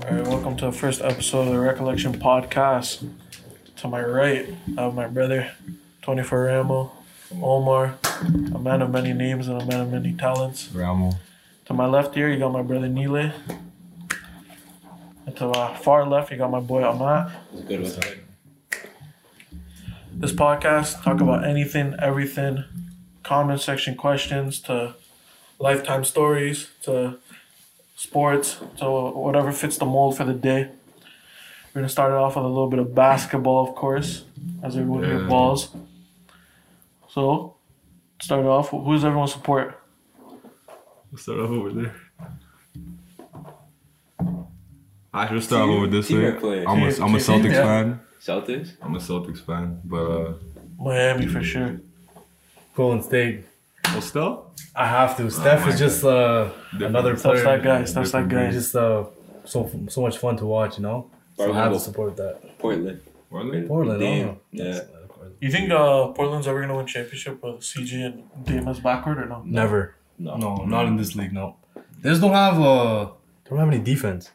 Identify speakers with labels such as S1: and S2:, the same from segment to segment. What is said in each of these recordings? S1: the first episode of the Recollection Podcast. To my right, I have my brother, Tony Ferramo, Omar, a man of many names and a man of many talents.
S2: Ramo.
S1: To my left here, you got my brother Nile. And to my far left, you got my boy Amat.
S3: Good with it.
S1: This podcast talk about anything, everything, comment section questions to lifetime stories to sports to whatever fits the mold for the day. We're gonna start it off with a little bit of basketball, of course, as everyone here
S2: Yeah.
S1: balls. So, start it off. Who's everyone support?
S2: Let's start off over there. I should start off over this
S3: Team
S2: way.
S3: or player?
S2: I'm a,
S1: Team-
S2: I'm a
S1: team,
S2: Celtics
S1: yeah.
S2: fan.
S3: Celtics?
S2: I'm a Celtics fan, but uh,
S1: Miami for sure.
S4: Golden State.
S2: well, Oh, still Oh
S4: I have to. Steph
S2: my
S4: is just uh, another
S1: Stuff's
S4: player.
S1: that guy. Stuff's that
S4: He's
S1: guy.
S4: just uh, so so much fun to watch. You know, so I have to support that.
S3: Portland.
S2: Portland.
S4: Portland. I don't
S3: Damn.
S4: know.
S3: Yeah.
S1: You think uh, Portland's ever gonna win championship with CG and Dame as backward or no?
S4: Never.
S3: No.
S4: No, not in this league. No, they just don't have uh, they don't have any defense.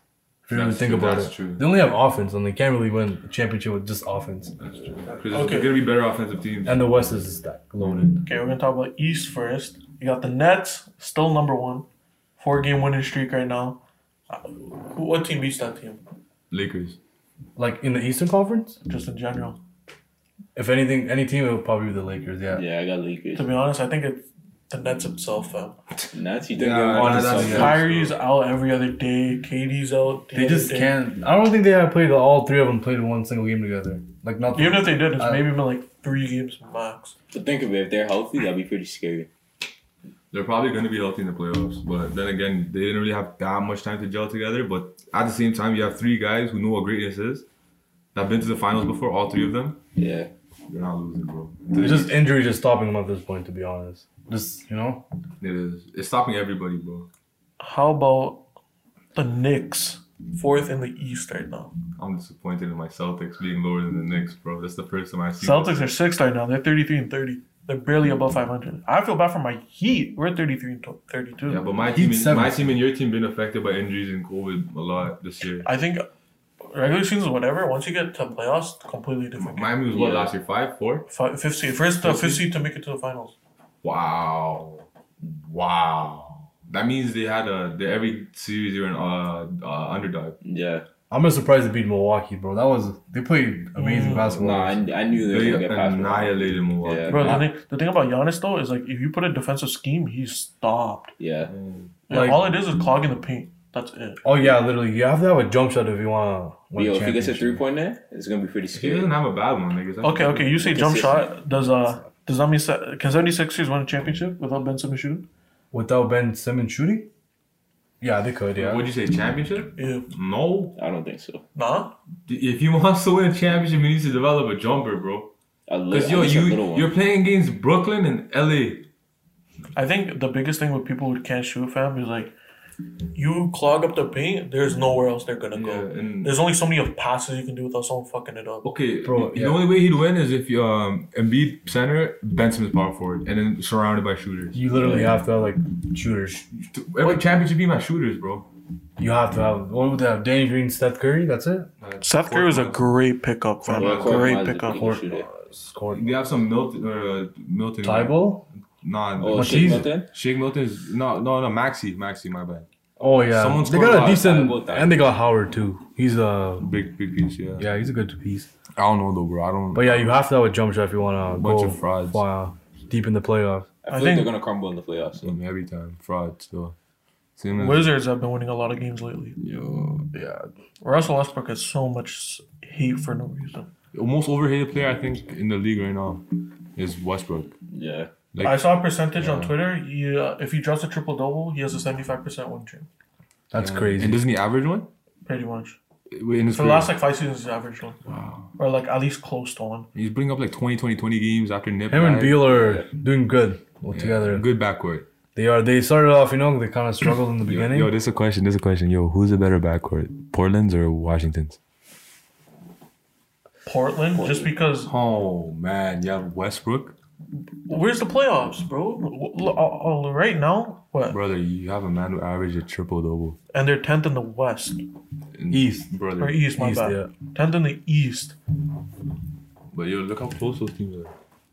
S4: If you really
S2: That's
S4: think
S2: true,
S4: about
S2: that's
S4: it,
S2: true.
S4: they only have offense, and they can't really win a championship with just offense.
S2: That's true. 'Cause there's
S1: Okay.
S2: gonna be better offensive teams.
S4: And the West is just that loaded.
S1: Okay, we're gonna talk about East first. You got the Nets, still number one, four game winning streak right now. Uh, who- What team beats that team?
S2: Lakers.
S4: Like in the Eastern Conference,
S1: Just in general.
S4: if anything, any team, it would probably be the Lakers. Yeah.
S3: Yeah, I got Lakers.
S1: To be honest, I think it's the Nets itself. Fam.
S3: Nats, you think
S2: Yeah,
S3: they're on
S2: nah,
S3: to
S2: that's-
S3: something?
S2: yeah.
S1: Kyrie's out every other day. KD's out. the
S4: They
S1: other
S4: just
S1: day.
S4: can't. I don't think they have played. All three of them played one single game together. Like not.
S1: Even if they did, it's
S4: I-
S1: maybe been like three games max.
S3: But think of it, if they're healthy, that'd be pretty scary.
S2: They're probably gonna be healthy in the playoffs, but then again, they didn't really have that much time to gel together. But at the same time, you have three guys who know what greatness is. That have been to the finals before, all three of them.
S3: Yeah.
S2: They're not losing, bro.
S4: It's just injury just stopping him at this point, to be honest. Just you know,
S2: It is. It's stopping everybody, bro.
S1: How about the Knicks, fourth in the East right now?
S2: I'm disappointed in my Celtics being lower than the Knicks, bro. That's the first time I see.
S1: Celtics are sixth right now. They're 33 and 30. They're barely above 500. I feel bad for my Heat. We're 33 and to- 32.
S2: Yeah, but my
S4: Heat
S2: team,
S4: seven.
S2: my team, and your team been affected by injuries and COVID a lot this year.
S1: I think regular season is whatever. Once you get to playoffs, it's completely different. game.
S2: Miami was what
S3: Yeah.
S2: last year, five, four.
S1: Fi- Fifth seed, first uh, fifth
S2: Fifth
S1: seed to make it to the finals.
S2: Wow, wow. That means they had a they, every series they were an uh, uh, underdog.
S3: Yeah.
S4: I'm just surprised they beat Milwaukee, bro. That was they played
S1: Mm.
S4: amazing
S3: No,
S4: basketball.
S3: I, I knew
S2: They
S3: they were going to get past Milwaukee.
S2: annihilated Milwaukee.
S3: Yeah.
S1: Bro, the, thing, the thing about Giannis though is like if you put a defensive scheme, he's stopped.
S3: Yeah.
S1: Like,
S4: Like-
S1: all it is is clogging the paint. That's it.
S4: oh yeah, literally, you have to have a jump shot if you want to win.
S3: Yo,
S4: a
S3: if he gets a
S4: championship.
S3: three point net, it's going to be pretty
S2: He
S3: scary.
S2: doesn't have a bad one, niggas.
S1: Okay, okay. You say jump
S3: Consistent.
S1: shot. Does uh does that mean se- can 76ers win a championship without Ben Simmons shooting?
S4: without Ben Simmons shooting, yeah, they could. Yeah,
S2: Would you say championship?
S1: Yeah.
S2: No.
S3: I don't think so.
S1: Nah.
S2: If he wants to win a championship, he needs to develop a jumper, bro.
S3: A little,
S2: Because yo,
S3: a little
S2: you
S3: one.
S2: you're playing against Brooklyn and LA.
S1: I think the biggest thing with people who can't shoot, fam, is like you clog up the paint. There's nowhere else they're gonna
S2: Yeah,
S1: go.
S2: and
S1: There's only so many of passes you can do without someone fucking it up.
S2: okay,
S4: Bro,
S2: the
S4: yeah.
S2: only way he'd win is if um Embiid center, Ben Simmons power forward, and then surrounded by shooters.
S4: you literally have to have like shooters.
S2: Every championship be my shooters, bro.
S4: You have to have what would they have? Danny Green, Steph Curry. That's it.
S1: Seth Curry was a great pickup, fam.
S3: Court- Court
S1: great
S3: Miles is
S1: pickup.
S3: big.
S4: Court,
S3: shooter.
S4: uh, scored.
S2: You have some Milton, uh, Milton.
S4: Tybal.
S2: Nah,
S3: Oh,
S2: no,
S4: Matisse.
S3: shit, Milton?
S2: Shake Milton's no, no, no. Maxi, Maxi, my bad.
S4: Oh yeah,
S2: Someone
S4: they
S2: scored a
S4: got
S2: lot.
S4: a decent,
S3: Tybal, Tybal.
S4: and they got Howard too. He's a
S2: Big, big piece, yeah.
S4: yeah, he's a good piece.
S2: I don't know though, bro. I don't.
S4: But yeah, you have to have a jump shot if you want to
S2: Bunch
S4: go
S2: of frauds.
S4: far deep in the playoffs.
S3: I
S1: I
S3: feel like
S1: think-
S3: they're going to crumble in the playoffs. So.
S2: Same every time fraud still. Same as
S1: Wizards have been winning a lot of games lately.
S2: yo,
S4: Yeah,
S1: Russell Westbrook has so much hate for no reason.
S2: most overrated player I think in the league right now is Westbrook.
S3: Yeah.
S2: Like-
S1: I saw a percentage on
S2: Yeah.
S1: Twitter. He, uh, if he drops a triple double, he has a seventy-five percent win chance,
S4: that's
S2: Yeah.
S4: crazy.
S2: And doesn't he average one?
S1: pretty much. For
S2: In his
S1: the
S2: career?
S1: last like five seasons, he's averaged one,
S2: Wow.
S1: or like at least close to one.
S2: He's bringing up like 20, 20, 20 games after Nip.
S4: Him and
S2: died.
S4: Beal are doing good
S2: Yeah,
S4: together.
S2: Good backcourt.
S4: They are. They started off, you know, they kind of struggled in the
S2: Yo,
S4: beginning.
S2: yo, this is a question. This is a question. Yo, who's the better backcourt, Portland's or Washington's?
S1: Portland, just because
S2: Oh man, you have Westbrook
S1: Where's the playoffs, bro? W- w- oh, oh, Right now, what?
S2: Brother, you have a man who averaged a triple double.
S1: And they're tenth in the West
S4: East.
S2: Brother.
S1: or East, my
S4: East, yeah.
S1: bad. Tenth in the East.
S2: But yo, look how close those teams are.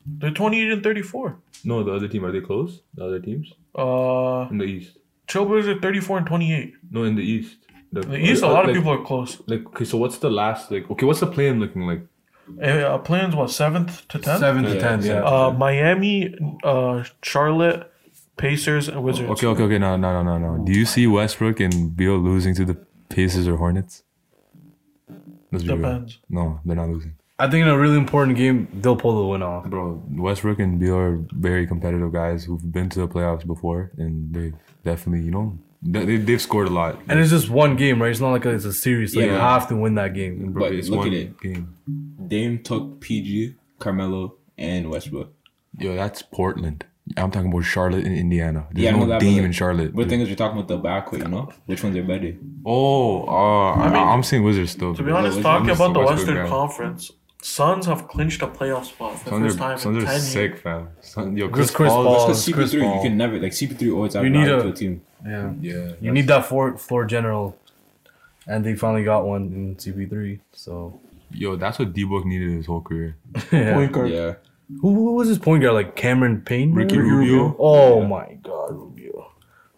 S1: They're twenty eight and thirty four.
S2: No, the other team, are they close? The other teams?
S1: Uh,
S2: In the East.
S1: Trailblazers are thirty four and twenty eight.
S2: No, in the East. uh,
S1: In the East, a lot of people are close.
S2: Like, okay, so what's the last, like, okay, what's the plan looking like?
S1: Uh, Plans what seventh to tenth.
S4: Seven to
S2: Yeah,
S4: ten. Yeah.
S2: yeah.
S1: Uh, Miami, uh, Charlotte, Pacers, and Wizards.
S2: Okay, okay, okay. No, no, no, no, no. Do you see Westbrook and Beal losing to the Pacers or Hornets? Let's be real.
S1: Depends.
S2: No, they're not losing.
S4: I think in a really important game, they'll pull the win off.
S2: Bro, Westbrook and Beal are very competitive guys who've been to the playoffs before, and they definitely, you know, they, they- they've scored a lot.
S4: And it's just one game, right? It's not like it's a series. Like, you
S3: Yeah.
S4: have to win that game.
S2: Bro,
S3: But
S2: it's
S3: look
S2: one
S3: at it.
S2: game.
S3: Dame took PG, Carmelo, and Westbrook.
S2: Yo, that's Portland. I'm talking about Charlotte and Indiana. There's
S3: Yeah, I know
S2: no
S3: that, but
S2: Dame
S3: like-
S2: in Charlotte.
S3: But the thing is, you're talking about the backcourt, you know? Which ones are better?
S2: oh, uh, I
S1: mean-
S2: am seeing Wizards still.
S1: To be
S2: bro.
S1: honest,
S2: I'm
S1: talking
S2: just
S1: about the
S2: a Westbrook
S1: Western
S2: guy.
S1: Conference, Suns have clinched a playoff spot for the
S2: Suns
S1: first
S2: are,
S1: time
S2: Suns
S1: in
S2: are
S1: ten
S2: sick,
S1: years.
S2: fam. Sun, yo,
S4: Just
S2: Chris,
S4: Chris
S2: Paul.
S4: Paul.
S2: Paul.
S4: Oh, it's
S3: Because
S4: Chris
S3: CP3, you
S4: Paul.
S3: can never, like, CP3 always
S4: You need
S3: outnumbered
S4: a-
S3: to a team.
S4: Yeah.
S2: Yeah,
S4: You need that floor, floor general. And they finally got one in CP3. So,
S2: Yo, that's what D Book needed his whole career.
S4: yeah.
S1: Point guard.
S3: Yeah.
S4: who, who was his point guard? Like Cameron Payne?
S2: Ricky
S4: maybe?
S2: Rubio.
S4: Oh my God, Rubio.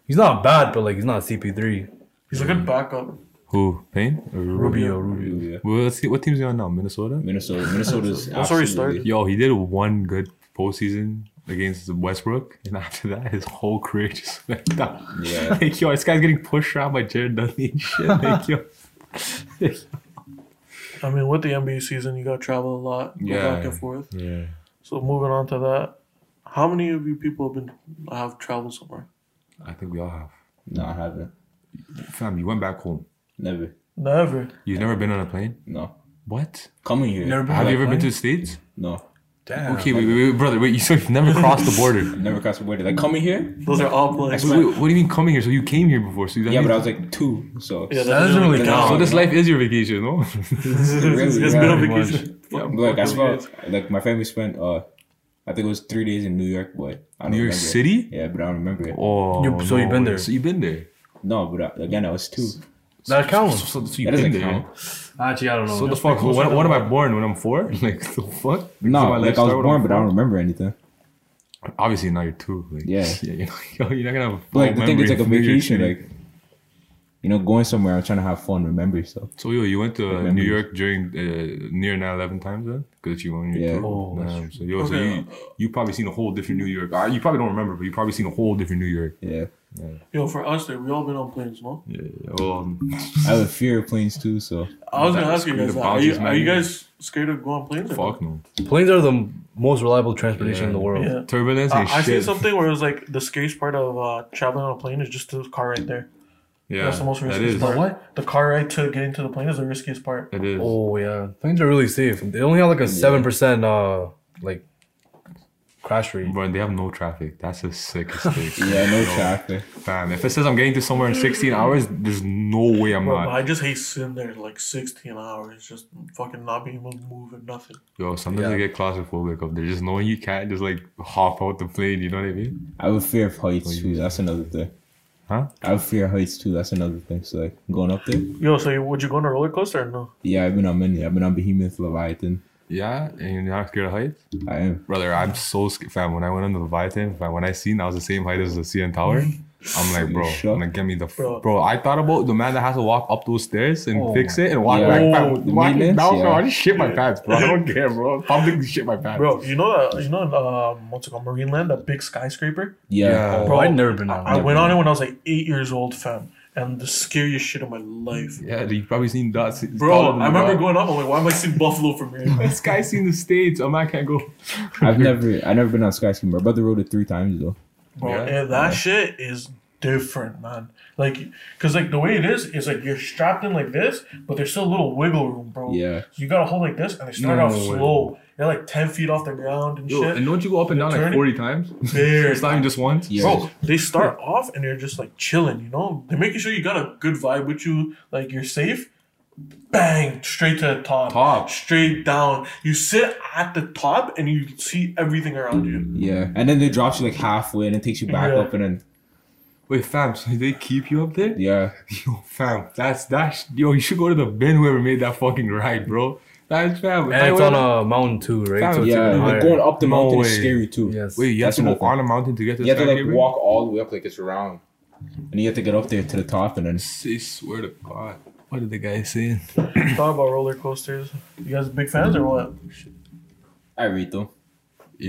S4: He's not bad, but like he's not CP3.
S1: He's a good backup.
S2: Who? Payne? Or
S4: Rubio, Rubio.
S3: Yeah.
S2: Well, let's see. What team's he on now? Minnesota?
S3: Minnesota. Minnesota's.
S1: That's where he
S3: absolutely-
S2: Yo, he did one good postseason against Westbrook, and after that, his whole career just went down.
S3: Yeah.
S2: like, yo, this guy's getting pushed around by Jared Dudley and shit. Like, yo.
S1: I mean, with the NBA season, you got to travel a lot, go
S2: Yeah.
S1: back and forth.
S2: Yeah.
S1: So moving on to that, how many of you people have been have traveled somewhere?
S2: I think we all have.
S3: No, I haven't.
S2: Fam, you went back home.
S3: Never.
S1: Never.
S2: You've never been on a plane?
S3: No.
S2: What?
S3: Coming here.
S4: Never been-
S2: have
S4: on
S2: you
S4: a
S2: ever been
S4: plane?
S2: to the States?
S3: No.
S4: Damn.
S2: okay, wait, wait, wait, brother, wait. You so you've never crossed the border.
S3: Never crossed the border. Like, coming here?
S1: Those are all blanks.
S2: Wait, wait, what do you mean coming here? So you came here before? So you
S3: Yeah, but I was like two, so.
S1: Yeah,
S4: That doesn't really
S3: No.
S2: so
S4: count.
S2: this life is your vacation, no?
S1: It's,
S3: Really,
S1: it's
S3: yeah.
S1: been a
S4: pretty much.
S1: vacation.
S2: yeah,
S3: Like, I spent, like, my family spent, uh, I think it was three days in New York, but I don't
S2: New York
S3: remember.
S2: City?
S3: Yeah, but I don't remember it.
S2: Oh,
S4: You- so you've been
S2: way.
S4: there.
S2: So you've been there.
S3: No, but uh, again, I was two.
S4: That counts.
S2: So, so, so you've
S3: That doesn't
S2: been there.
S3: count.
S4: Actually, I don't know.
S2: So the fuck? When, when am I born? When I'm four? Like the fuck?
S3: No,
S2: my life
S3: like I was
S2: started
S3: born,
S2: when
S3: but I
S2: I'm
S3: don't remember anything.
S2: four? Obviously, now you're two. Like,
S3: Yeah.
S2: you're, not, you're not gonna have. a
S3: But, like the
S2: full
S3: thing is, like
S2: memory
S3: a
S2: of your
S3: vacation,
S2: shitty-
S3: like you know, going somewhere. I'm trying to have fun, remember stuff.
S2: So yo, you went to uh, New
S3: memories.
S2: York during uh, near 9/11 times then, because you went.
S3: Yeah.
S2: Two.
S4: Oh, that's
S2: Um, so yo, so
S1: Okay.
S2: you you probably seen a whole different New York. Uh, you probably don't remember, but you probably seen a whole different New York.
S3: Yeah,
S1: Yo, for us, there we all been on planes, no?
S2: Yeah. Um,
S3: I have a fear of planes too, so
S1: I was gonna
S2: That's
S1: ask you guys
S2: good.
S1: that. Are you,
S2: Apologies,
S1: are you
S2: man.
S1: guys scared to go on planes? or no?
S2: fuck no.
S4: Planes are the m- most reliable transportation in the world.
S1: Yeah.
S2: Turbulence
S1: I,
S2: and
S1: I
S2: shit.
S1: seen something where it was like the scariest part of uh, traveling on a plane is just the car right there.
S2: yeah.
S1: That's the most
S2: that
S1: riskiest
S2: is.
S1: part.
S4: The what?
S1: The car ride to getting to the plane is the riskiest part.
S2: It is.
S4: Oh yeah, planes are really safe. They only have like a seven percent uh like crash rate.
S2: Bro, they have no traffic. That's the sickest thing.
S3: yeah, no traffic.
S2: Fam, if it says I'm getting to somewhere in 16 hours, there's no way I'm
S1: Bro,
S2: not.
S1: I just hate sitting there like 16 hours, just fucking not being able to move and nothing.
S2: Yo, sometimes I
S4: Yeah.
S2: get claustrophobic up there. Just knowing you can't just like hop out the plane, you know what I mean?
S3: I have a fear of heights too. That's another thing.
S2: Huh?
S3: I have a fear of heights too. That's another thing. So like going up there.
S1: Yo, so you, would you go on a roller coaster or no?
S3: Yeah, I've been on many. I've been on Behemoth, Leviathan.
S2: Yeah, and you're not scared of heights?
S3: I am.
S2: Brother, I'm so scared. Fam, when I went on the Leviathan, fam, when I seen I was the same height as the CN Tower, I'm like, bro,
S3: shook?
S2: I'm like, get me the. F-
S1: Bro.
S2: bro. I thought about the man that has to walk up those stairs and fix it and walk
S3: Yeah.
S2: back.
S1: Oh,
S2: Fam,
S3: the
S2: walk down,
S3: maintenance,
S2: bro, I
S3: yeah.
S2: just shit my pants, bro. I don't care, bro. Publicly shit my pants.
S1: Bro, you know that you know in, um, what's it called, Marineland, that big skyscraper.
S3: Yeah.
S2: Yeah.
S4: Bro, I've never been on.
S1: I went on it when I was like eight years old, fam, and the scariest shit of my life.
S2: Yeah, you've probably seen dots.
S1: Bro, I remember going up. I'm like, why am I seeing Buffalo from here?
S2: This guy's seen the states. A man can't go.
S3: I've never. I never been on skyscraper. My brother rode it three times though.
S1: Bro,
S2: Yeah.
S1: and that shit is different, man. Like, cause like the way it is is like you're strapped in like this, but there's still a little wiggle room, bro.
S3: Yeah.
S1: So you gotta hold like this, and they start
S2: No
S1: off
S2: way.
S1: slow. They're like ten feet off the ground and
S2: Yo,
S1: shit.
S2: and don't you go up and down like
S1: Turning-
S2: 40 times?
S1: There.
S2: it's not even just once?
S3: Yeah.
S1: Bro, they start off and they're just like chilling, you know. They're making sure you got a good vibe with you, like you're safe. bang straight to the top,
S2: Top.
S1: straight down. You sit at the top and you see everything around you.
S3: Yeah, and then they drops you like halfway and it takes you back
S1: Yeah.
S3: up and then
S2: Wait, fam, so they keep you up there?
S3: yeah,
S2: Yo, fam, that's that. Sh- yo, you should go to the bin whoever made that fucking ride, bro. That's fam.
S4: And it's on a mountain too, right? So it's
S3: yeah.
S4: even
S3: Like
S4: higher.
S3: going up the
S2: No
S3: mountain
S2: way.
S3: is scary too.
S4: Yes.
S2: Wait, you have
S3: That's
S2: to go
S3: another thing.
S2: on a mountain to get to
S3: You have to like
S2: skyscraper?
S3: walk all the way up like it's round, and you have to get up there to the top and then.
S2: I swear to God. What did the guy say?
S1: Talk about roller coasters. You guys big fans or what?
S3: I read though.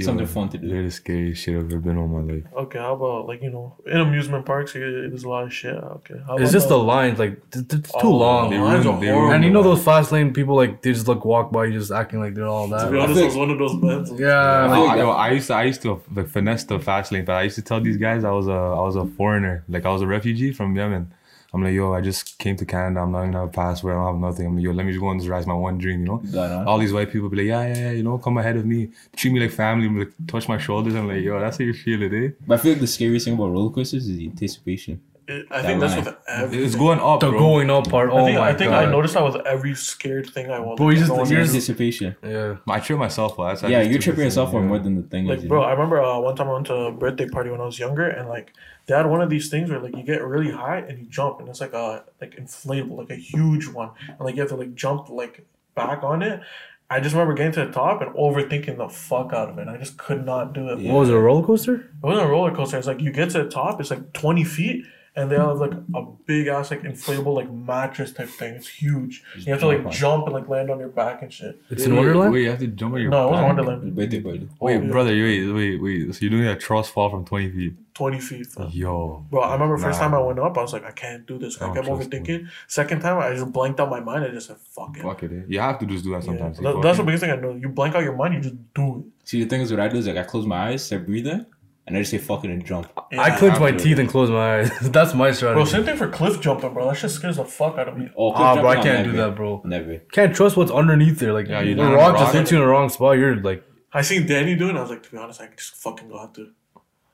S3: Something fun to do.
S2: They're the scariest shit I've ever been on my life.
S1: Okay, how about like you know in amusement parks? you- There's a lot of shit. Okay, how
S4: It's
S1: about
S4: just
S1: the-
S4: the lines, like th- th- it's too
S1: Oh,
S4: long.
S1: the lines
S2: ruined-
S1: are
S2: they
S1: horrible.
S2: ruined
S4: And you
S2: the
S4: know
S2: line.
S4: those fast lane people, like they just look walk by, you just acting like they're all
S1: To be
S4: that.
S1: honest,
S3: think-
S1: it was one of those bands.
S4: Yeah,
S2: I,
S4: like,
S2: I- yo, I used to, I used to like finesse the fast lane, but I used to tell these guys I was a, I was a foreigner, like I was a refugee from Yemen. I'm like, yo, I just came to Canada. I'm not gonna have a passport. I don't have nothing. I'm like, yo, let me just go on this ride. It's my one dream, you know.
S3: Right on.
S2: All these white people be like, yeah, yeah, yeah, you know, come ahead of me, treat me like family, like touch my shoulders. I'm like, yo, that's how you feel it, eh?
S3: But I feel like the scariest thing about roller coasters is the anticipation.
S1: It- I think that's
S3: line.
S1: with every.
S2: It's going up,
S4: the
S2: bro.
S4: going up part. Oh
S1: I think,
S4: my
S1: I, think
S4: god.
S1: I noticed that with every scared thing I want.
S4: Bro, you just-
S1: going
S4: you're
S1: in.
S4: just-
S3: Anticipation.
S4: Yeah.
S2: I trip myself out. That's- I
S3: yeah,
S2: just
S3: you're
S2: do
S3: tripping
S2: this
S3: yourself
S2: thing,
S3: out
S2: yeah.
S3: more than the thing. is,
S1: Like,
S3: you
S1: bro,
S3: know?
S1: I remember uh, one time I went to a birthday party when I was younger, and like they had one of these things where like you get really high and you jump, and it's like a like inflatable, like a huge one, and like you have to like jump like back on it. I just remember getting to the top and overthinking the fuck out of it. I just could not do it.
S3: Yeah.
S4: What was it, a roller coaster?
S1: It wasn't a roller coaster. It's like you get to the top, it's like 20 feet, and they have like a big ass like inflatable like mattress type thing. It's huge. you have to like
S3: jump on it.
S1: jump and like land on your back and shit.
S4: It's in
S2: Wait,
S4: Wonderland?
S2: Wait, you have to jump on your
S1: No, it wasn't
S2: back?
S1: Wonderland. Oh,
S3: Birthday party.
S2: Wait,
S1: Yeah.
S2: brother, wait, wait, wait. So you're doing a cross fall from 20 feet.
S1: 20 feet.
S2: Yo.
S1: Bro, I remember first
S2: Nah.
S1: time I went up, I was like, I can't do this. I
S2: Don't
S1: kept
S2: trust me.
S1: overthinking. Second time, I just blanked out my mind. I just said, fuck it.
S2: Fuck it. eh? You have to just do that
S1: Yeah.
S2: sometimes.
S1: That-
S2: Like,
S1: that's the
S2: fuck it.
S1: biggest thing I know. You blank out your mind, you just do
S3: See, the thing is, what I do is like I close my eyes, start breathing, and I just say "fucking" and jump.
S1: it.
S4: I
S1: Yeah.
S4: clench my
S2: Absolutely.
S4: teeth and close my eyes. That's my
S1: Bro,
S4: strategy.
S1: same thing for cliff jumping, bro. That shit scares the fuck out of me.
S3: Oh,
S4: Ah, bro, I
S3: jumping,
S4: can't
S3: I'm
S4: do
S3: never-
S4: that, bro.
S3: Never.
S4: Can't trust what's underneath there. Like
S2: Yeah,
S4: the
S2: you land on
S4: rock
S2: the
S4: just
S2: rock.
S4: hits you in the wrong spot. You're like
S1: I seen Danny do it, and I was like, to be honest, I just fucking got to.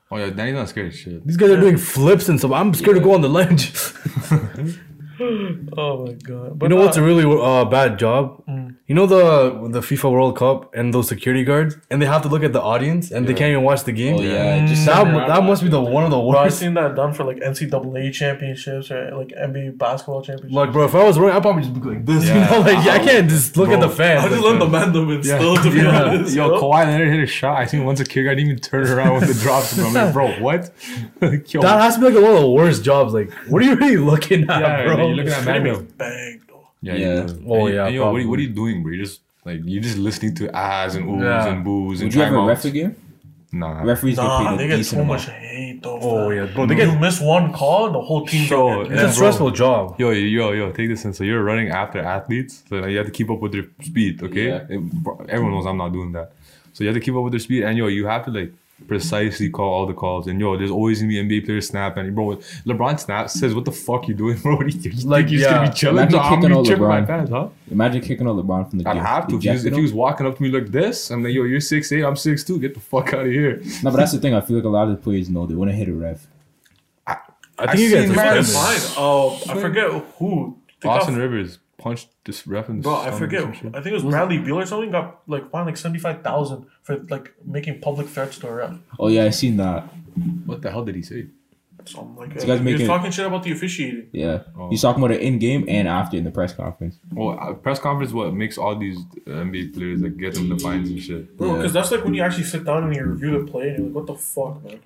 S2: Oh, yeah, Danny's not scared of shit.
S4: these guys are doing flips and stuff. I'm scared to go on the ledge.
S1: Oh my god. But Mm.
S4: you know
S1: nah,
S4: what's a really uh, bad job? You know the the FIFA World Cup and those security guards, and they have to look at the audience and they can't even watch the game.
S3: Oh yeah, just sit
S4: That, that
S3: around.
S4: must be the one of the
S1: Bro, I've
S4: worst.
S1: seen that done for like NCAA championships or like NBA basketball championships.
S4: Like, bro, if I was running, I'd probably just be like this.
S2: Yeah.
S4: You know, like I can't just look at
S2: Bro,
S4: the fans.
S1: I just let the man them in still, to be
S4: Yeah.
S1: honest.
S2: Yo,
S1: bro.
S2: Kawhi Leonard hit a shot. I seen one security guy didn't even turn around when the drops. Bro. I'm like, bro, what? Like, yo,
S4: that has to be like one of the worst jobs. Like, what are you really looking at,
S2: yeah,
S4: bro?
S2: You're looking at
S1: Pretty
S2: Mando.
S1: much banged, though.
S2: Yeah,
S3: Yeah.
S2: yeah.
S4: Oh, yeah,
S2: And, yo, what, are you, what are
S4: probably.
S2: you doing, bro? You're just like you're just listening to ahs and oohs
S4: Yeah.
S2: and boos and
S3: Would you have a
S2: timeouts.
S3: ref again?
S2: Nah.
S3: Referees
S1: Nah,
S3: get paid
S1: they
S3: a
S1: get
S3: decent
S1: so much
S3: amount.
S1: hate, though.
S4: Oh,
S1: for
S4: yeah,
S1: that.
S4: bro, they
S1: you
S4: get-
S1: miss one call, and the whole team.
S2: Yo,
S1: get-
S2: it's
S4: It's
S2: Yeah,
S4: a
S2: bro.
S4: stressful job.
S2: Yo, yo, yo, take this in. So you're running after athletes, so now you have to keep up with their speed, okay?
S3: Yeah.
S2: It- bro, everyone knows I'm not doing that. So you have to keep up with their speed, and yo, you have to like precisely call all the calls. And yo, there's always gonna be NBA players snap, and bro, LeBron snaps says, "What the fuck you doing, bro? What do you, you
S4: Like,
S2: think he's
S4: yeah.
S2: gonna be chilling?
S3: Imagine
S2: No, I'm
S3: kicking
S2: gonna
S3: out
S2: be tripping my
S3: LeBron.
S2: pants, huh?
S3: Imagine kicking out LeBron from the
S2: I'd
S3: gym.
S2: have to. If he, was,
S3: Ejected
S2: if he
S3: him.
S2: was walking up to me like this, I'm like, yo, you're six eight, I'm six two. Get the fuck out of here.
S3: No, but that's the thing. I feel like a lot of the players know they want to hit a ref.
S4: I think you get
S2: seen
S1: Man,
S2: Mad
S4: suspended.
S1: fine. Oh, I forget who. They got-
S2: Austin Rivers punched this ref in the
S1: Bro, I
S2: stomach or
S1: forget.
S2: some shit.
S1: I think it was Bradley Beal or something got like fined like seventy five thousand for like making public threats to a ref.
S3: Oh yeah, I seen that.
S2: What the hell did he say?
S1: Something like
S3: This
S1: that.
S3: guy's
S1: He was
S3: making-
S1: talking shit about the officiating.
S3: Yeah,
S2: Oh.
S3: he's talking about it in game and after in the press conference.
S2: Well, uh, press conference what makes all these NBA players like get them the fines and
S1: Bro,
S2: shit.
S1: because
S3: Yeah.
S1: that's like when you actually sit down and you review the play and you're like, what the fuck, man?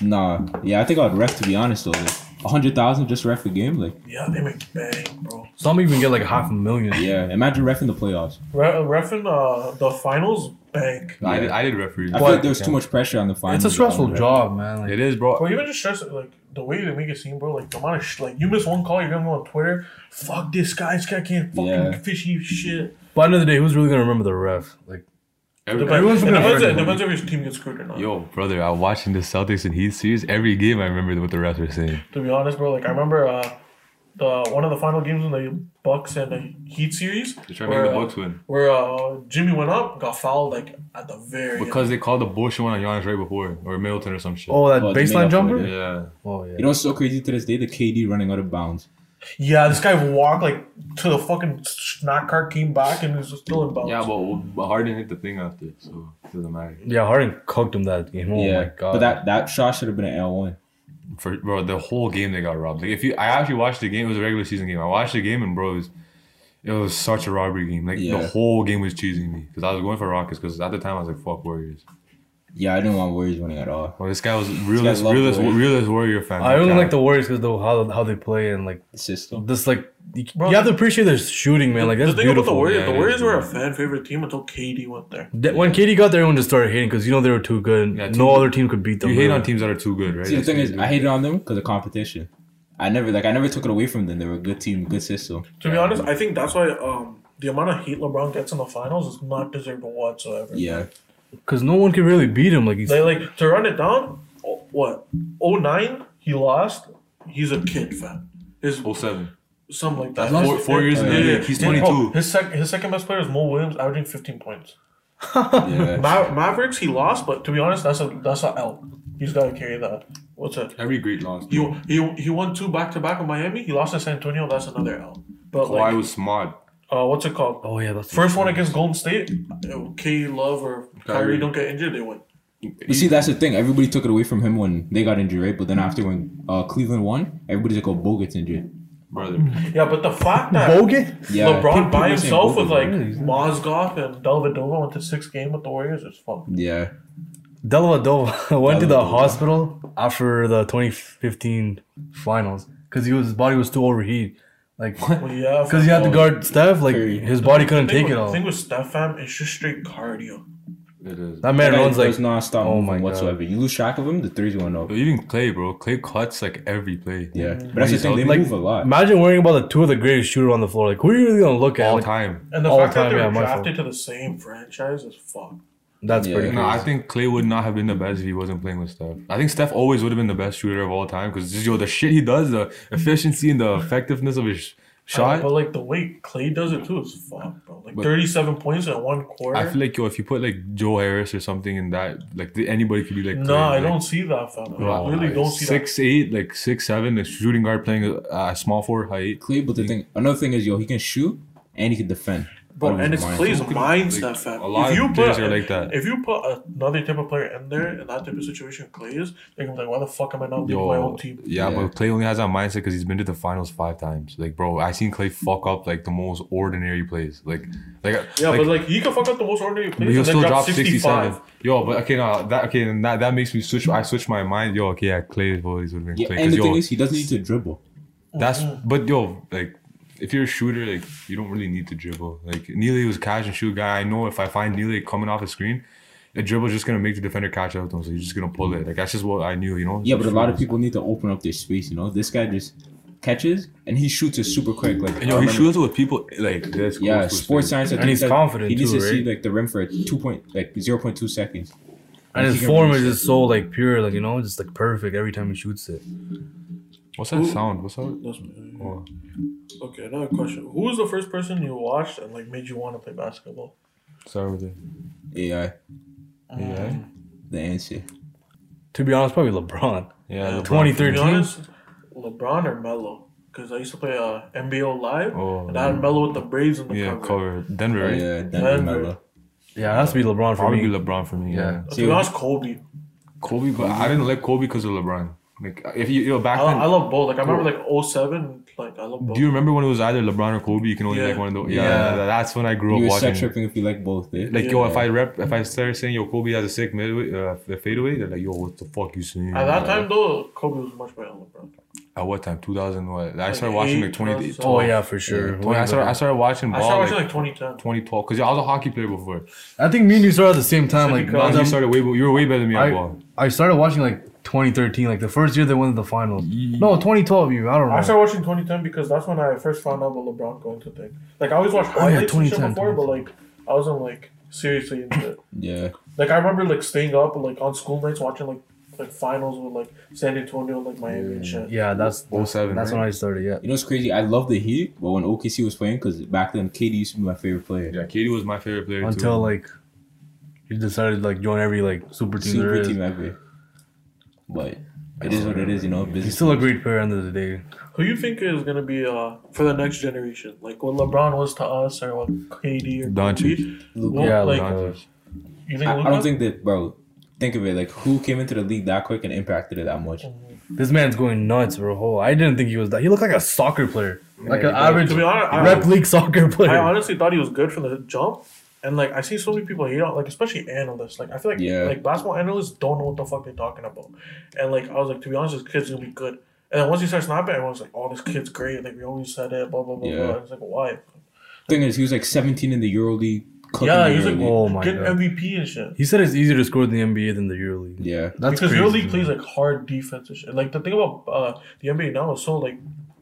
S3: Nah, yeah, I think I'd ref to be honest though. Like, a hundred thousand just ref a game, like
S1: Yeah, they make bang, bro.
S4: Some even get like half a million.
S3: yeah. Imagine refing the playoffs.
S1: Re- refing uh, the finals, bank.
S2: I,
S3: Yeah.
S2: did, I did referee.
S3: I feel like there was too much pressure on the finals.
S4: It's a stressful
S3: Yeah.
S4: job, man. Like,
S2: It is, bro.
S1: Bro, even just stress like the way they make it seem, bro. Like the amount of sh- like you miss one call, you're gonna go on Twitter. Fuck this guy. This guy can't fucking
S3: Yeah.
S1: fishy shit.
S4: By the end of the day, who's really gonna remember the ref? Like,
S2: Every-
S1: Depends, it
S4: gonna
S1: depends, it
S4: argue.
S1: depends if his team gets screwed or not.
S2: yo, brother, I was watching the Celtics and Heat series. Every game, I remember what the refs were saying.
S1: To be honest, bro, like I remember uh, the one of the final games in the Bucks and the Heat series where, uh,
S2: win
S1: where uh, Jimmy went up, got fouled like at the very end.
S2: because they called the bullshit one on Giannis right before or Middleton or some shit.
S4: oh, that
S3: Oh, they made
S4: baseline
S3: up for
S4: jumper.
S3: it,
S2: yeah.
S4: Oh yeah.
S3: You know, it's so crazy to this day. The KD running out of bounds.
S1: Yeah, this guy walked like to the fucking snack cart, came back, and was still in bounds.
S2: Yeah, but, but Harden hit the thing after, so it doesn't matter.
S4: Yeah, Harden cooked him that game. Oh
S3: yeah,
S4: my god.
S3: but that that shot should have been an L one.
S2: For bro, the whole game they got robbed. Like if you, I actually watched the game. It was a regular season game. I watched the game and bro, it was, it was such a robbery game. Like
S3: Yeah.
S2: the whole game was choosing me because I was going for Rockets because at the time I was like fuck Warriors.
S3: Yeah, I didn't want Warriors winning at all.
S2: Well, this guy was realest,
S3: loved
S2: realest,
S3: Warriors.
S2: realest Warrior fan.
S4: I only
S2: guy.
S4: like the Warriors because though how how they play and like
S3: The system.
S4: this like you,
S1: Bro,
S4: you have to appreciate their shooting, man. Like that's
S1: the thing
S4: beautiful.
S1: about the Warriors,
S2: Yeah, it
S1: the
S2: is
S1: Warriors were a
S2: beautiful.
S1: fan favorite team until KD went there.
S4: That- When KD got there, everyone just started hating because you know they were too good.
S2: Yeah,
S4: no
S2: too-
S4: other team could beat them.
S2: You hate
S4: really.
S2: on teams that are too good, right?
S3: See, the
S2: That's
S3: thing
S2: what
S3: is,
S2: you do.
S3: I hated on them because of competition. I never like I never took it away from them. They were a good team, good system.
S1: To be honest, I think that's why um, the amount of heat LeBron gets in the finals is not deserved whatsoever.
S3: Yeah,
S4: because no one could really beat him. Like he's
S1: They like to run it down. oh, What? 09, he lost. He's a kid, fam. His
S2: 07.
S1: something like that.
S2: That's four,
S1: His-
S2: four years in the
S3: Yeah, yeah,
S2: league. He's
S1: yeah, bro,
S2: 22.
S1: his sec- his second best player is Mo Williams, averaging 15 points.
S3: yeah.
S1: Ma- Mavericks, he lost, but to be honest, that's a that's a L. He's got to carry that. What's it?
S2: Every great loss.
S1: He he he won two back to back in Miami. He lost to San Antonio. That's another L. But
S2: Kawhi
S1: like,
S2: was smart.
S1: uh, what's it called?
S4: oh yeah, that's
S1: First one against Golden State, K Love or Kyrie don't get injured, they win.
S3: But see, that's the thing. Everybody took it away from him when they got injured, right? But then after when uh, Cleveland won, everybody's like, "Oh, Bo gets injured."
S2: brother.
S1: Yeah, but the fact that
S4: Bogut.
S3: Yeah,
S1: LeBron by
S3: People saying
S1: himself
S3: Bo
S1: with
S3: was
S1: like
S4: really-
S1: Mozgov and Delvedova went to six game with the Warriors is fuck.
S3: Yeah,
S4: Dellavedova went to the
S3: Dellavedova.
S4: hospital after the 2015 finals because he was his body was too overheat. Like
S1: Well, yeah,
S4: because he had to
S1: fuck.
S4: guard Steph, like
S3: Curry.
S4: his body couldn't
S1: The thing
S4: take it
S1: with-
S4: all.
S1: The thing with Steph fam is just straight cardio.
S2: It is.
S4: That
S3: that
S4: man
S3: guy
S4: runs like
S3: does not stop
S4: oh
S3: oh
S4: my God.
S3: whatsoever. You lose track of him, the threes went up.
S2: But even Clay, bro. Clay cuts like every play.
S3: Yeah, but that's the
S2: He's
S3: thing. They
S2: healthy.
S3: move a lot.
S4: Imagine worrying about the two of the greatest shooters on the floor. Like, who are you really gonna look at?
S2: All
S4: Like,
S2: time.
S1: And the
S4: All
S1: fact
S4: time,
S1: that they
S4: yeah,
S1: were
S4: my
S1: drafted to the same franchise is fuck.
S4: that's
S3: Yeah.
S4: pretty
S2: No, I
S4: crazy.
S2: think Clay would not have been the best if he wasn't playing with Steph. I think Steph always would have been the best shooter of all time because just yo, the shit he does, the efficiency and the effectiveness of his sh-
S1: But
S2: shot.
S1: like the way Clay does it too is fuck, bro. Like
S2: But-
S1: thirty-seven points in one quarter.
S2: I feel like yo, if you put like Joe Harris or something in that, like th- anybody could be like.
S1: no,
S2: Clay,
S1: I
S2: like,
S1: don't see that, fam.
S2: bro,
S1: I really
S2: like,
S1: don't see that.
S2: six eight, like six seven, the shooting guard playing a uh, small forward height.
S3: Clay, but the thing, another thing is, yo, he can shoot and he can defend.
S1: Bro,
S3: Out of
S1: and
S3: his
S1: it's
S3: mind.
S1: Clay's
S2: Who could-
S1: mindset,
S2: like,
S1: fam.
S2: a lot
S1: if
S2: of
S1: you
S2: players
S1: put
S2: are like that.
S1: if you put another type of player in there in that type of situation, Clay is, they're gonna be like, why the fuck am I not leading my
S2: Yo,
S1: own team?
S2: yeah,
S3: Yeah.
S2: but Clay only has that mindset because he's been to the finals five times. Like, bro, I seen Clay fuck up like the most ordinary plays. Like, like,
S1: Yeah, but like he can fuck up the most ordinary
S2: but
S1: players
S2: he'll
S1: and then
S2: still
S1: drop
S2: drop
S1: 65.
S2: sixty-seven. Yo, but okay, now that okay, and that, that makes me switch. I switch my mind. Yo, okay, yeah, Clay is always would have been
S3: Yeah,
S2: Clay.
S3: and
S2: 'Cause,
S3: the thing
S2: yo,
S3: is, Mm-hmm. he doesn't need to dribble.
S2: that's but yo, like, if you're a shooter, like, you don't really need to dribble. Like, Neely was catch and shoot guy. I know if I find Neely coming off the screen. A dribble is just gonna make the defender catch up to him, so you're just gonna pull it. Like that's just what I knew, you know.
S3: Yeah, but a lot of
S2: Shooters.
S3: people need to open up their space. You know, this guy just catches and he shoots it super quick. Like,
S2: And yo,
S3: I
S2: he
S3: remember-
S2: shoots with people like this.
S3: Yeah,
S2: close to his
S3: sports
S2: face.
S3: science. I
S4: And
S3: think
S4: he's
S3: that
S4: confident
S3: He needs
S4: too,
S3: to see
S4: right?
S3: like the rim for two point, like zero point two seconds.
S4: and
S3: he
S4: his
S3: can
S4: form
S3: really
S4: is just so like pure, like you know, just like perfect every time he shoots it.
S2: What's that sound? What's that?
S1: That's me.
S2: Oh.
S1: Okay, another question. Who was the first person you watched and like made you want to play basketball?
S2: Sorry with it.
S3: AI,
S2: Yeah.
S1: Mm,
S3: the answer.
S4: To be honest, probably LeBron.
S2: Yeah.
S1: LeBron. To be
S4: 2013.
S1: honest, LeBron or Melo? Because I used to play uh, NBO Live,
S2: Oh,
S1: and I had Melo with the braids in the
S2: Yeah,
S1: cover.
S2: cover. Denver, right?
S3: Yeah,
S1: Denver.
S3: Denver. Mello.
S4: Yeah, it has to be LeBron for
S2: Probably
S4: me.
S2: LeBron for me.
S4: Yeah.
S2: Yeah.
S1: To
S3: See,
S1: be honest, Kobe.
S2: Kobe, but I didn't like Kobe because of LeBron. Like, if you, you know, back
S1: I,
S2: then,
S1: I love both. Like I remember like 07, like I love both.
S2: do you remember when it was either LeBron or Kobe? You can only
S1: Yeah.
S2: like one of those. Yeah,
S4: Yeah.
S2: that- that's when I grew
S3: You
S2: up
S3: were set
S2: watching.
S3: tripping if you like both. Eh?
S2: Like, yo, if I rep, if I started saying, yo, Kobe has a sick midway, uh, f- fadeaway, they're like, yo, what the fuck you saying?
S1: At
S4: Mm.
S1: that time though, Kobe was much better than LeBron.
S2: At what time? 2000, what? I started
S1: Like,
S2: watching
S1: eight,
S2: like 20,
S1: plus,
S4: Oh
S1: 12.
S4: yeah, for sure. Way
S2: I, started, I
S4: better.
S2: started watching
S1: I
S2: ball
S1: started watching
S2: like,
S1: like 2010.
S2: 2012 because I was a hockey player before.
S4: I think me and you started at the same time. Like
S1: because-
S4: by
S2: Nah,
S4: the
S2: you
S4: time-
S2: started way, you were way better than me at
S4: I,
S2: ball.
S4: I started watching like 2013, like the first year they won the finals. No, 2012. You, I don't know.
S1: I started watching 2010 because that's when I first found out about LeBron going to thing. Like I always watched
S4: Oh,
S1: highlights and shit
S4: 2010,
S1: before, but like I wasn't like seriously into it.
S3: Yeah,
S1: Like I remember like staying up like on school nights watching like like finals with like San Antonio, like Miami and shit.
S4: yeah, that's
S1: Oh,
S2: 07,
S4: That's
S2: right?
S4: when I started. Yeah.
S3: you know it's crazy. I love the Heat, but when OKC was playing, because back then KD used to be my favorite player.
S2: Yeah, Katie was my favorite player
S4: until
S2: too.
S4: like he decided to, like join every like super team there
S3: Super
S4: is.
S3: team ever. But It is what it is, you know. Business.
S4: He's still a great player end of the day.
S1: Who you think is gonna be uh for the next generation? Like what LeBron was to us, or what KD or
S2: Doncic.
S1: Kobe?
S3: Luka.
S1: Well,
S4: Yeah,
S1: like, uh,
S4: Luka.
S1: you think
S3: I, I
S1: Luka?
S3: don't think that, bro. Think of it like who came into the league that quick and impacted it that much.
S4: This man's going nuts, bro. Oh, I didn't think he was that. He looked like a soccer player, like an
S3: Yeah,
S4: average
S1: To be honest, I,
S4: rep league soccer
S1: I
S4: player.
S1: honestly thought he was good from the jump, and like I see so many people hate on like especially analysts. Like I feel like
S3: Yeah.
S1: like basketball analysts don't know what the fuck they're talking about, and like I was like to be honest, this kid's gonna be good. And then once he starts snapping, everyone's like, "Oh, this kid's great!" Like we always said it, blah blah blah.
S3: Yeah.
S1: blah. It's like why?
S3: Thing is, he was like 17 in the EuroLeague. cooking
S1: Yeah,
S3: the
S1: he's like,
S3: EuroLeague.
S4: Oh my
S1: Get
S4: God.
S1: MVP and shit.
S4: He said it's easier to score in the NBA than the EuroLeague.
S3: yeah,
S4: That's
S1: because
S4: crazy.
S1: your league plays like hard defense and shit. Like the thing about uh, the NBA now is so like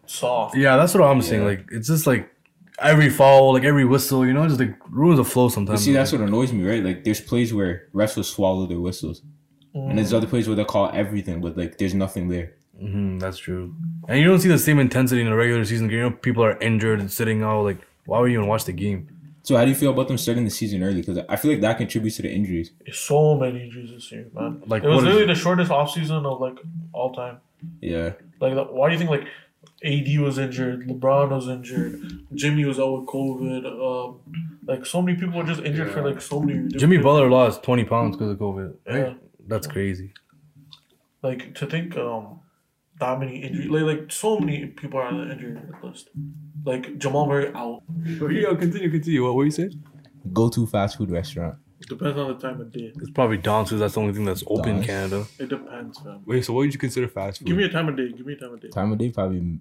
S1: soft.
S4: Yeah, that's what I'm saying. Like it's just like every foul, like every whistle, you know, just like ruins the flow
S3: You
S4: sometimes.
S3: see, that's what annoys me, right? Like, there's plays where refs will swallow their whistles, and there's other plays where they'll call everything, but like, there's nothing there.
S4: hmm that's true. And you don't see the same intensity in a regular season game. You know, people are injured and sitting out. Like, why would you even watch the game?
S3: So, how do you feel about them starting the season early? Because I feel like that contributes to the injuries.
S1: So many injuries this year, man.
S4: Like,
S1: Like it was
S4: what is
S1: literally
S4: it?
S1: the shortest offseason of like all time.
S3: Yeah,
S1: Like, the- why do you think like AD was injured, LeBron was injured, Jimmy was out with COVID. Um, like so many people were just injured for like so many. different-
S4: Jimmy Butler lost 20 pounds because of COVID. Right?
S1: Yeah.
S4: That's crazy.
S1: Like to think um, that many injuries. Like, like so many people are on the injury list. Like Jamal Murray out.
S2: Yo, continue, continue. What were you saying?
S3: go to fast food restaurant.
S1: Depends on the time of day.
S4: It's probably Don's because that's the only thing that's open in
S3: Don's.
S4: Canada.
S1: It depends, man.
S2: Wait, so what would you consider fast food?
S1: Give me a time of day. Give me a time of day.
S3: Time of day, probably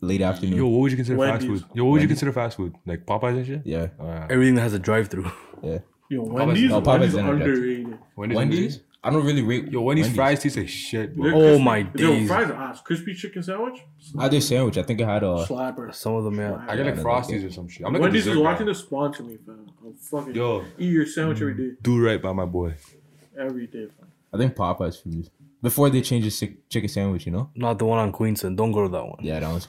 S3: late afternoon.
S2: Yo, what would you consider fast
S1: Wendy's.
S2: food? Yo, what would you consider fast food? Like Popeyes and shit?
S3: Yeah,
S2: Uh,
S4: Everything that has a drive through.
S3: yeah.
S1: Yo, Wendy's,
S3: no, Popeyes
S1: Wendy's
S3: is energetic.
S1: underrated.
S2: Wendy's.
S3: Wendy's. I don't really rate
S2: Yo, Wendy's, fries taste like shit, bro.
S1: They're
S4: Oh
S1: crispy.
S4: my
S1: Yo,
S4: days.
S1: fries are ass. Crispy chicken sandwich?
S3: I had their sandwich. I think I had uh, a.
S1: Slapper.
S4: Some of them,
S2: I
S4: yeah.
S1: Slapper.
S2: get like
S3: Yeah,
S2: Frosties or some shit. I'm like a
S1: Wendy's is
S2: dessert guy.
S1: watching to sponsor me, fam. I'm fucking
S2: Yo.
S1: eat your sandwich every day.
S2: Do right by my boy.
S1: Every day, fam.
S3: I think Popeyes for me. Before they changed the si- chicken sandwich, you know.
S4: Not the one on Queenston. Don't go to that one.
S3: Yeah, that was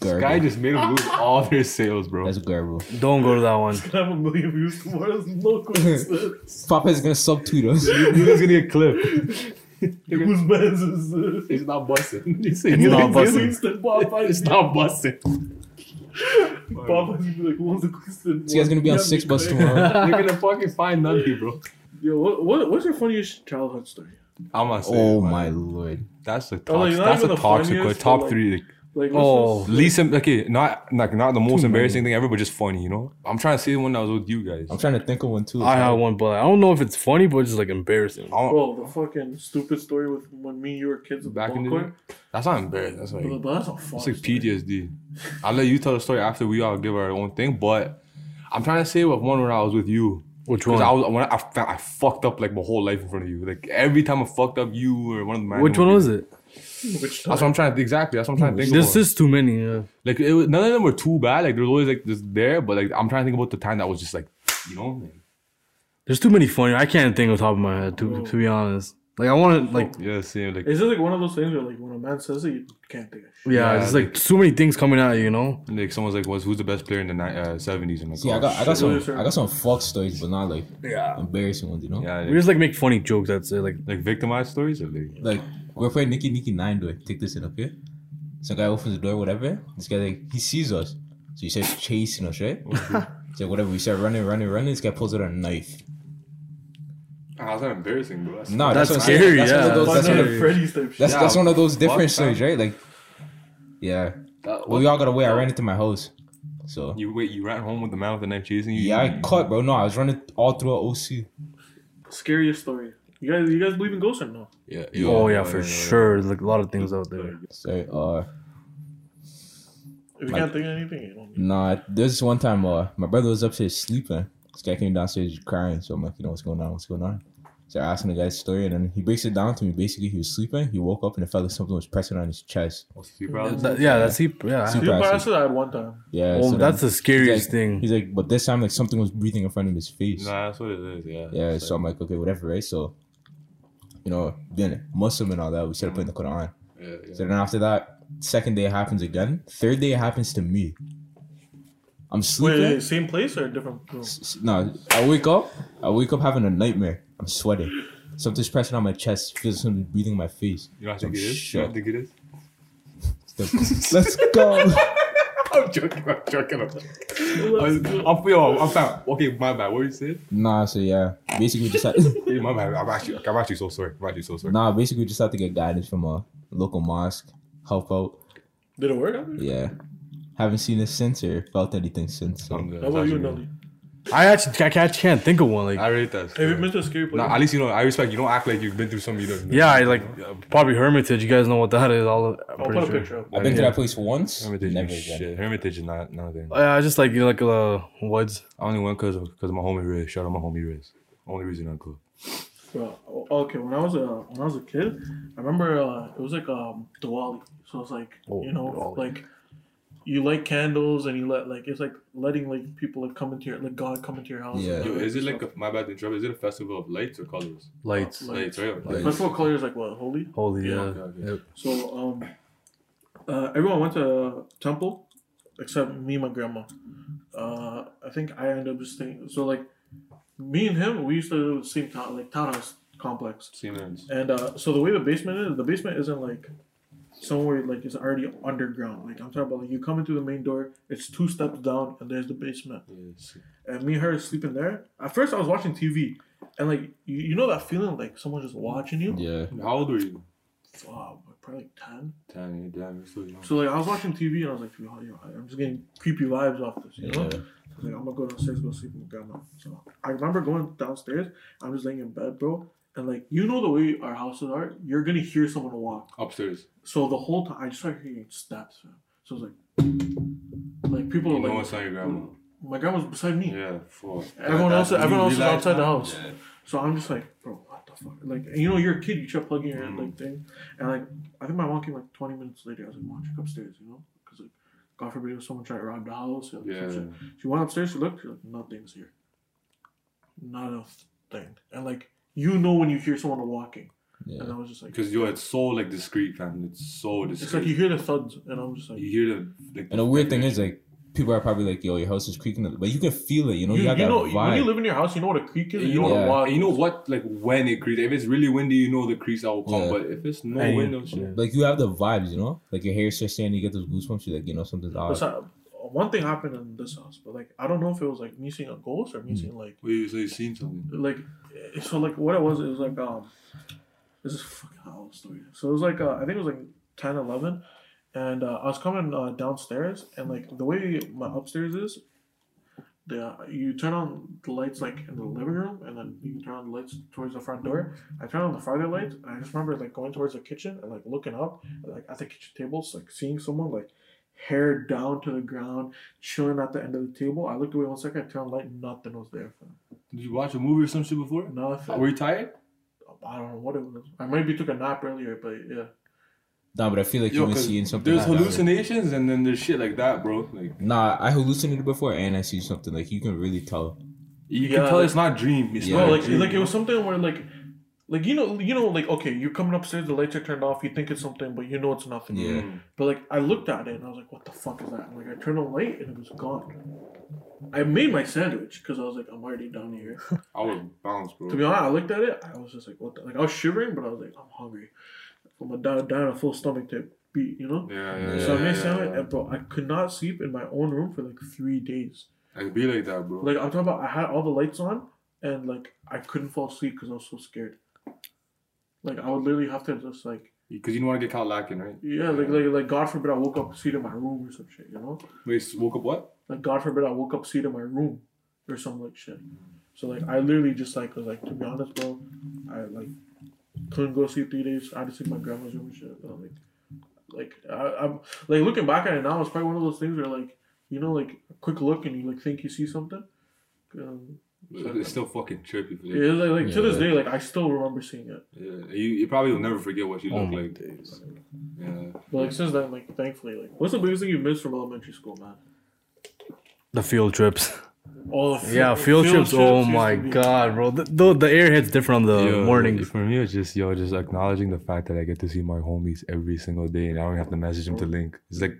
S2: Guy
S3: garbage.
S2: just made him lose all their sales, bro.
S3: That's garbage.
S4: Don't go to that one.
S1: I have a million views tomorrow. It's no coincidence.
S3: Popeyes is gonna subtweet us.
S2: He's gonna get clipped.
S1: Whose man's is this?
S2: He's not busting. He's
S4: not
S2: not
S4: busting.
S2: busting.
S1: Queenston Popeyes.
S2: He's not busting.
S1: Popeyes would be like, who owns the Queenston?
S3: This guy's gonna be on
S1: Yeah,
S3: six bus
S1: Craig.
S3: tomorrow.
S2: You're gonna fucking
S5: Oh,
S2: find nothing, bro.
S1: Yo, what, what, what's your funniest childhood story?
S2: I'm not saying.
S3: Oh
S2: man.
S3: my lord.
S2: That's a toxic.
S1: Oh, like, not
S2: that's
S1: even
S2: a
S1: the
S2: toxic.
S1: funniest,
S2: one.
S1: but,
S2: Top
S1: like-
S2: three. Like,
S1: Like,
S4: Oh,
S1: what's this-
S2: least em- okay, not like not the most embarrassing thing ever, but just funny. You know, I'm trying to see the one that was with you guys.
S3: I'm trying to think of one too.
S4: I had one, but I don't know if it's funny, but it's just like embarrassing.
S2: I'm-
S1: Bro, the fucking stupid story with when me and you were kids at
S2: Back
S1: the
S2: in
S1: ball
S2: the
S1: court.
S2: that's not embarrassing. That's like
S1: But that's a fun
S2: that's like
S1: story.
S2: PTSD. I'll let you tell the story after we all give our own thing, but I'm trying to say with one when I was with you.
S4: Which
S2: Because
S4: one?
S2: I was when I, I, fa- I fucked up like my whole life in front of you. Like every time I fucked up, you or one of the
S4: Which one was it?
S1: Which
S2: That's what I'm trying to exactly. That's what I'm trying to think.
S4: There's
S2: about.
S4: just too many. Yeah.
S2: Like it was, none of them were too bad. Like there was always like this there, but like I'm trying to think about the time that was just like, you know, like,
S4: There's too many funny. I can't think off the top of my head to to be honest. Like I want to like
S2: yeah, same. Like
S1: It's just like one of those things where like when a man says it, you can't think of shit.
S4: yeah,
S2: Yeah,
S4: there's like so many things coming out. You know,
S2: like someone's like, was who's the best player in the ni- uh, 70s? And like,
S3: See,
S2: oh,
S3: I got I got
S2: shit.
S3: some I got some fuck stories, but not like embarrassing ones, you know?
S2: yeah,
S4: we
S2: like,
S4: just like make funny jokes. That's it. Like
S2: like victimized stories. Or like,
S3: Like we're playing Nikki Nikki Nine Door. Take this in, okay? Some guy opens the door, whatever. This guy like he sees us. So he starts chasing us, right? so whatever, we start running, running, running. This guy pulls out a knife.
S2: how's that embarrassing, bro?
S3: No, that's,
S4: That's
S3: what I'm saying.
S4: scary,
S3: That's one
S4: yeah.
S3: of those,
S1: That's
S3: that's one
S1: Five
S3: of,
S1: Nights at Freddy's type shit.
S3: that's, that's one of those
S2: Fuck,
S3: different
S2: man.
S3: stories, right? Like, yeah. Well, we all got away. I ran into my house, so
S2: you wait, you ran home with the man with the knife chasing you.
S3: yeah, I
S2: You-
S3: caught, bro. No, I was running all through OC.
S1: Scariest story. You guys, you guys believe in ghosts or no?
S2: yeah,
S4: oh yeah, for sure. There's like a lot of things out there.
S3: So, uh,
S1: If you can't think of anything, you don't. Need.
S3: Nah, there's this one time uh my brother was upstairs sleeping. This guy came downstairs crying, so I'm like, you know what's going on, what's going on? So I asked him the guy's story and then he breaks it down to me. Basically he was sleeping, he woke up and it felt like something was pressing on his chest.
S4: That- yeah, that's he. Yeah, I-
S1: Two passes I had one time.
S3: Yeah.
S4: well,
S3: so then
S4: that's the
S3: he's like-
S4: scariest thing.
S3: He's like, but this time like something was breathing in front of his face.
S2: Nah, that's what it is. Yeah.
S3: Yeah,
S2: It's
S3: so I'm like, okay, whatever, right? So you know, then Muslim and all that, we started putting the Quran.
S2: like- yeah, yeah.
S3: So then after that, second day it happens again. Third day it happens to me. I'm
S1: Wait,
S3: sleeping.
S1: wait, same place or a different room?
S3: S- No, I wake up. I wake up having a nightmare. I'm sweating. Something's pressing on my chest. Feels something breathing in my face.
S2: You don't think
S3: Oh,
S2: it is? You
S3: shit.
S2: don't think it is?
S3: The- Let's go.
S2: I'm joking. I'm joking. I'm joking. I'm, I'm, yo, I'm fine. Okay, my bad. What were you saying?
S3: nah, so yeah, basically we just had,
S2: Yeah, my bad. I'm actually, I'm actually so sorry. I'm actually so sorry.
S3: nah, basically we just had to get guidance from a local mosque, help out.
S1: Did it work? How
S3: Yeah, haven't seen it since or felt anything since. So.
S2: I'm good.
S1: about you,
S2: Actually,
S1: Nelly?
S4: I actually I can't, can't think of one. Like,
S2: I rate that.
S1: Have you been to a scary place?
S2: Nah, at least you know. I respect. You don't act like you've been through something you don't.
S4: yeah, I like probably Hermitage. You guys know what that is. All I'm
S1: I'll
S4: pretty
S1: put a
S4: sure.
S1: picture up.
S3: I've been to
S2: Yeah.
S3: that place once.
S2: Hermitage
S3: Never
S2: is
S3: again.
S2: shit. Hermitage is not nothing. I
S4: Uh, I just like you know, like uh, woods.
S2: only went because of because my homie Riz. Shout out my homie Riz. Only reason I could.
S1: Bro, o- okay, when I was a when I was a kid, I remember uh, it was like um Diwali. So it's like
S4: Oh,
S1: you know
S4: Diwali.
S1: like you light candles and you let like it's like letting like people like come into your like God come into your house.
S3: Yeah.
S2: Yo, is it like a, my bad to interrupt? Is it a festival of lights or colors?
S4: Lights.
S1: Lights.
S2: Lights, right?
S1: Like, Festival of Colors like what holy?
S4: Holy uh, yeah.
S2: Okay, okay.
S4: Yep.
S1: So um, uh, everyone went to temple except me and my grandma. Uh, I think I ended up staying. So like me and him, we used to live in the same town like townhouse complex.
S2: Siemens.
S1: And uh, so the way the basement is, the basement isn't like somewhere like it's already underground. Like I'm talking about, like you come in through the main door, it's two steps down, and there's the basement.
S2: Yes.
S1: And me and her sleeping there. At first, I was watching TV, and like you, you know that feeling like someone just watching you.
S3: Yeah.
S2: How old were you?
S1: Wow, like, probably like ten.
S2: Ten. Damn, you're still young.
S1: So like I was watching TV, and I was like, yo, yo, I'm just getting creepy vibes off this. You know?
S3: Yeah.
S1: Like, I'm gonna go downstairs, go sleep with grandma. So I remember going downstairs. I'm just laying in bed, bro. And like you know the way our houses are, you're gonna hear someone walk.
S2: Upstairs.
S1: So the whole time I just started hearing steps. Man. So I was like, like people
S2: You
S1: are
S2: know
S1: Oh, like,
S2: it's not your grandma.
S1: my grandma's beside me.
S2: Yeah. Fuck.
S1: Everyone
S2: That-
S1: else,
S2: that-
S1: everyone
S2: you
S1: else is
S2: realize
S1: outside the
S2: now?
S1: house. So I'm just like, bro, what the fuck? Like, and you know, you're a kid. You start plugging your
S2: Mm.
S1: like thing, and like, I think my mom came like 20 minutes later. I was like, mom, check upstairs, you know, because like, God forbid if someone tried to rob the house. or
S2: Yeah.
S1: some shit. She went upstairs. She looked. She's like, nothing's here. Not a thing. And like, you know, when you hear someone walking,
S3: Yeah.
S1: and I was just like,
S2: Because yo, it's so like discreet, fam. It's so
S1: it's like
S2: discreet.
S1: you hear the thuds, and I'm just like,
S2: you hear the like.
S3: And the weird thing is, like, people are probably like, "Yo, your house is creaking," but you can feel it. You know,
S1: You,
S3: you, got
S1: you
S3: that
S1: know, when
S3: vibe.
S1: you live in your house, you know what a creak is. and You know
S3: Yeah.
S1: what a
S2: And you know what? Like when it creaks. If it's really windy, you know the crease that will come.
S3: Yeah.
S2: But if it's no
S4: Hey,
S2: wind, no
S4: yeah.
S2: shit.
S3: like you have the vibes. You know, like your hair starts standing, you get those goosebumps. You're like, you know, something's odd.
S1: Besides, one thing happened in this house, but like I don't know if it was like me seeing a ghost or me seeing like
S2: Wait, so you seen something?
S1: like so like what it was it was like um this is fucking owl story. So it was like uh, I think it was like 10, 11 and uh, I was coming uh, downstairs and like the way my upstairs is the you turn on the lights like in the living room and then you turn on the lights towards the front door. I turn on the farther lights and I just remember like going towards the kitchen and like looking up and, like at the kitchen tables like seeing someone like hair down to the ground chilling at the end of the table. I looked away one second, I turned on the light, nothing was there. fam.
S2: Did you watch a movie or some shit before?
S1: Nothing.
S2: Were you tired?
S1: I don't know what it was. I maybe took a nap earlier, but yeah.
S3: nah, but I feel like
S2: Yo,
S3: you've been
S2: 'cause
S3: seeing something.
S2: There's
S3: like that.
S2: hallucinations and then there's shit like that, bro. Like
S3: Nah, I hallucinated before, and I see something. Like you can really tell.
S2: you
S1: Yeah,
S2: can tell
S1: like-
S2: it's not dream. It's
S3: Yeah.
S2: not
S1: No,
S2: a
S1: like
S2: dream.
S1: like it was something where like, like you know you know like okay you're coming upstairs the lights are turned off you think it's something but you know it's nothing.
S3: Yeah.
S1: But like I looked at it and I was like what the fuck is that? And, like I turned on the light and it was gone. I made my sandwich because I was like I'm already down here.
S2: I would bounce, bro.
S1: to be honest, I looked at it I was just like what the like I was shivering but I was like I'm hungry. I'm a down down a full stomach to beat you know.
S2: yeah, yeah, yeah.
S1: so I made
S2: yeah,
S1: a sandwich
S2: yeah.
S1: and bro I could not sleep in my own room for like three days.
S2: I'd be like that, bro.
S1: Like I'm talking about, I had all the lights on, and like I couldn't fall asleep because I was so scared. Like I would literally have to just like
S2: Because you don't want to get caught lacking, right?
S1: yeah, like like like God forbid I woke up seat in my room or some shit, you know?
S2: Wait, s- woke up what?
S1: Like God forbid I woke up seat in my room or some like shit. So like I literally just like was like to be honest, bro, I like couldn't go see three days. I had to sleep in my grandma's room and shit. But, like like I, I'm like looking back at it now, it's probably one of those things where like you know like a quick look and you like think you see something. Um,
S2: It's still fucking trippy. For
S1: Yeah,
S2: you.
S1: like, like to this
S3: Yeah.
S1: day, like I still remember seeing it.
S2: Yeah. You, you probably will never forget what you
S4: Oh
S2: look
S4: my
S2: like. Yeah.
S1: But like since then, like thankfully, like what's the biggest thing you missed from elementary school, man?
S4: The field trips.
S1: Oh, the
S4: Yeah, field, trips. Oh
S1: used to
S4: my
S1: be-
S4: god, bro. The, the, the air hits different on the
S2: Yo,
S4: mornings.
S2: For me, it's just yo, just acknowledging the fact that I get to see my homies every single day, and I don't have to message them to link. It's like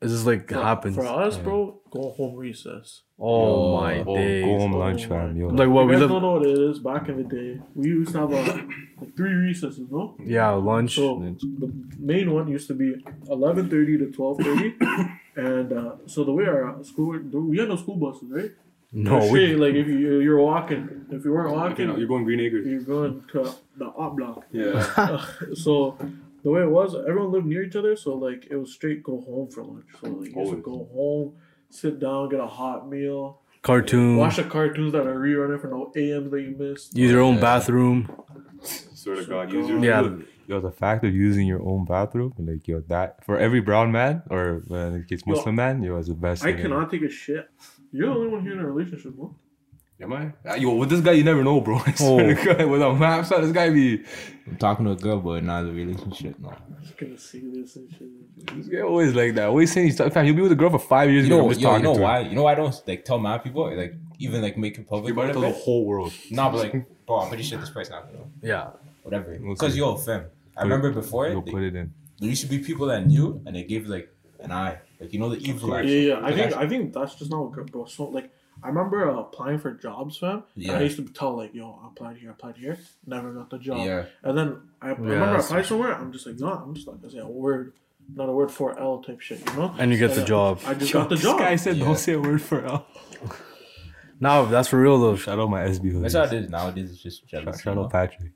S4: It just like happens.
S1: For us, bro, go home recess.
S4: oh
S3: Yo,
S4: my
S2: Go,
S4: days.
S2: go home
S1: Oh
S2: lunch,
S1: my
S2: fam. Yo,
S4: Like what
S1: Well,
S4: we
S1: we
S4: live.
S1: don't know what it is. Back in the day, we used to have uh like three recesses, no?
S4: Yeah, lunch.
S1: So the main one used to be eleven thirty to twelve thirty, and uh, so the way our school we had no school buses, right?
S4: no,
S1: Let's say,
S4: we,
S1: like if you you're walking, if you weren't
S5: Okay, now
S1: walking,
S5: you're going Green Acres.
S1: you're going to the op block.
S5: Yeah.
S1: So the way it was, everyone lived near each other, so like it was straight go home for lunch. So like you used to
S5: Always.
S1: go home, sit down, get a hot meal,
S4: cartoon.
S1: watch the cartoons that are rerunning for no AMs that you missed.
S4: use your own
S3: Mm. Yeah.
S4: bathroom.
S5: Swear to God. Use your
S4: Yeah.
S2: yo, the fact of using your own bathroom, like yo, that for every brown man or uh, in case
S1: Yo,
S2: Muslim man, yo, is the best.
S1: I
S2: thing ever.
S1: cannot take a shit. You're the only one here in a relationship, bro.
S5: Am I?
S2: Uh, Yo, with this guy, you never know, bro. I swear
S3: Oh.
S2: to God, with a map, son, this guy be
S3: I'm talking to a girl, but not a relationship. No.
S1: I'm just gonna see this and shit.
S2: this guy always like that. Always saying he's fam. He'll be with a girl for five years.
S3: You
S2: but I'm
S3: know,
S2: just
S3: yo, you
S2: talking
S3: know
S2: to her.
S3: why? You know why I don't like tell my people like even like make it public.
S5: You might
S3: about
S5: tell
S3: it?
S5: the whole world.
S3: Nah, but like, bro, I'm pretty sure this person not gonna know.
S4: Yeah.
S3: Whatever.
S2: We'll
S3: Because
S2: see.
S3: yo, fam, I
S2: Put it-
S3: remember before
S2: Yo,
S3: it,
S2: put
S3: they,
S2: it in.
S3: there used to be people that knew and they gave like an eye, like you know the evil eye.
S1: Yeah, yeah. I
S3: Like,
S1: think I think that's just not good, bro. So like, I remember uh, applying for jobs, fam. Yeah.
S3: Yeah.
S1: I used to tell like, yo, I applied here, I applied here, never got the job.
S3: Yeah.
S1: And then I, I
S4: Yeah,
S1: remember I
S4: that's-
S1: applied somewhere. I'm just like, no, I'm just not gonna say a word, not a word for L type shit, you know.
S4: And you get the
S1: then
S4: job.
S1: I just got the
S2: this
S1: job.
S2: guy said,
S3: Yeah.
S2: "Don't say a word for L."
S4: Now that's for real though.
S2: Shout out my SB hood.
S3: That's how it is nowadays. It's just jealous.
S2: Shout
S3: you
S2: out
S3: know?
S2: Patrick.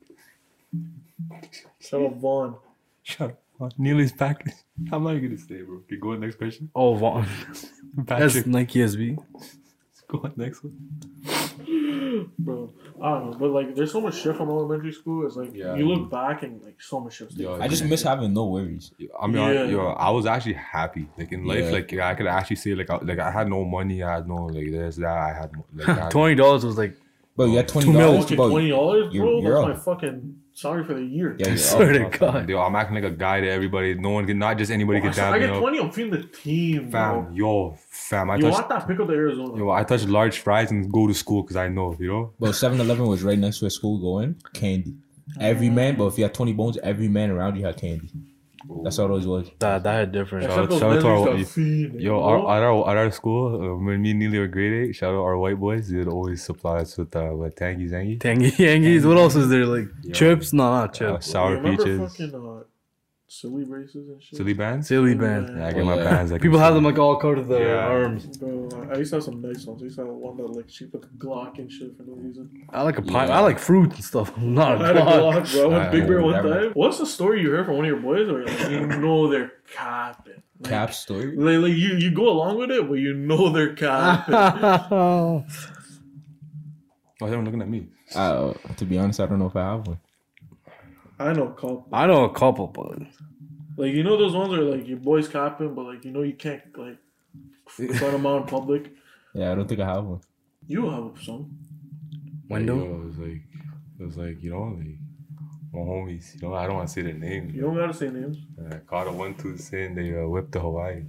S1: Shout out Vaughn.
S2: Shout out Neely's back. I'm not even gonna say, bro. Can you go on next question?
S4: Oh, Vaughn. That's
S2: Patrick,
S4: Nike SB.
S2: go on next one.
S1: Bro, I don't know, but like, there's so much shit from elementary school. It's like
S5: Yeah.
S1: you look back and like so much shit.
S5: Yo,
S3: I just miss having no worries.
S2: I mean,
S1: Yeah.
S2: I, yo, I was actually happy. Like in life,
S3: Yeah.
S2: like I could actually say, like, I, like I had no money. I had no like this, that. I had like, I had-
S4: Twenty dollars was like
S3: Bro, you got twenty
S4: mil.
S3: dollars.
S1: Okay, twenty dollars,
S3: you're-
S1: bro.
S3: you're
S1: That's
S3: up.
S1: my fucking salary for the year.
S3: Yeah,
S4: I
S3: you're
S4: swear
S3: up.
S4: to God.
S2: Yo, I'm acting like a guy to everybody. No one can, not just anybody
S1: I,
S2: can
S1: said,
S2: down
S1: I
S2: me
S1: get
S2: up.
S1: twenty. I'm feeling the team,
S2: Fam,
S1: bro.
S2: yo, fam, I
S1: You
S2: touch,
S1: want that pickle to Arizona?
S2: yo, I touch large fries and go to school because I know, you know.
S3: Bro, 7 Eleven was right next to a school going candy.
S1: Uh,
S3: Every man, but if you had 20 bones, every man around you had candy. That's all those was.
S4: that. That had different.
S2: Shout out-
S1: Except those
S2: shout out to our-
S1: lizards are fiending,
S2: Yo,
S1: bro.
S2: our, at our at our school, uh, when me and Neely were grade eight, shout out our white boys, they'd always supply us with uh, with tangy zangy,
S4: Tangy Yankees. What else is there? Like chips? No, not
S2: uh,
S4: chips.
S2: sour
S1: Remember
S2: peaches,
S1: Fucking, uh, silly braces and shit.
S2: silly bands.
S4: Silly band.
S2: Yeah, I get my
S3: Yeah.
S2: bands. Like
S4: People have them like all covered to their
S2: Yeah.
S4: arms.
S1: Bro, I used to have some nice ones. I used to have one that like she put a Glock and shit for no reason.
S4: I like a pie.
S3: Yeah.
S4: I like fruit and stuff. Not a
S1: I had a
S4: Glock.
S1: Glock, bro. I went
S2: I-
S1: Big Bear one
S3: whatever.
S1: time. What's the story you heard from one of your boys? Or like, you know they're capping. Like,
S3: Cap story.
S1: Like, like, you, you go along with it, but you know they're capping.
S2: Oh, they're looking at me.
S3: Uh, to be honest, I don't know if I have one.
S1: I know cop.
S4: I know a couple, but
S1: Like you know those ones are like your boys capping, but like you know you can't like front them out in public.
S3: Yeah, I don't think I have one.
S1: You have some.
S4: window.
S2: Like, yo, it was like, it was like, you know, like my homies. You know, I don't want to say their names.
S1: You don't gotta say names.
S2: And I caught a one two saying they uh, whipped to Hawaii.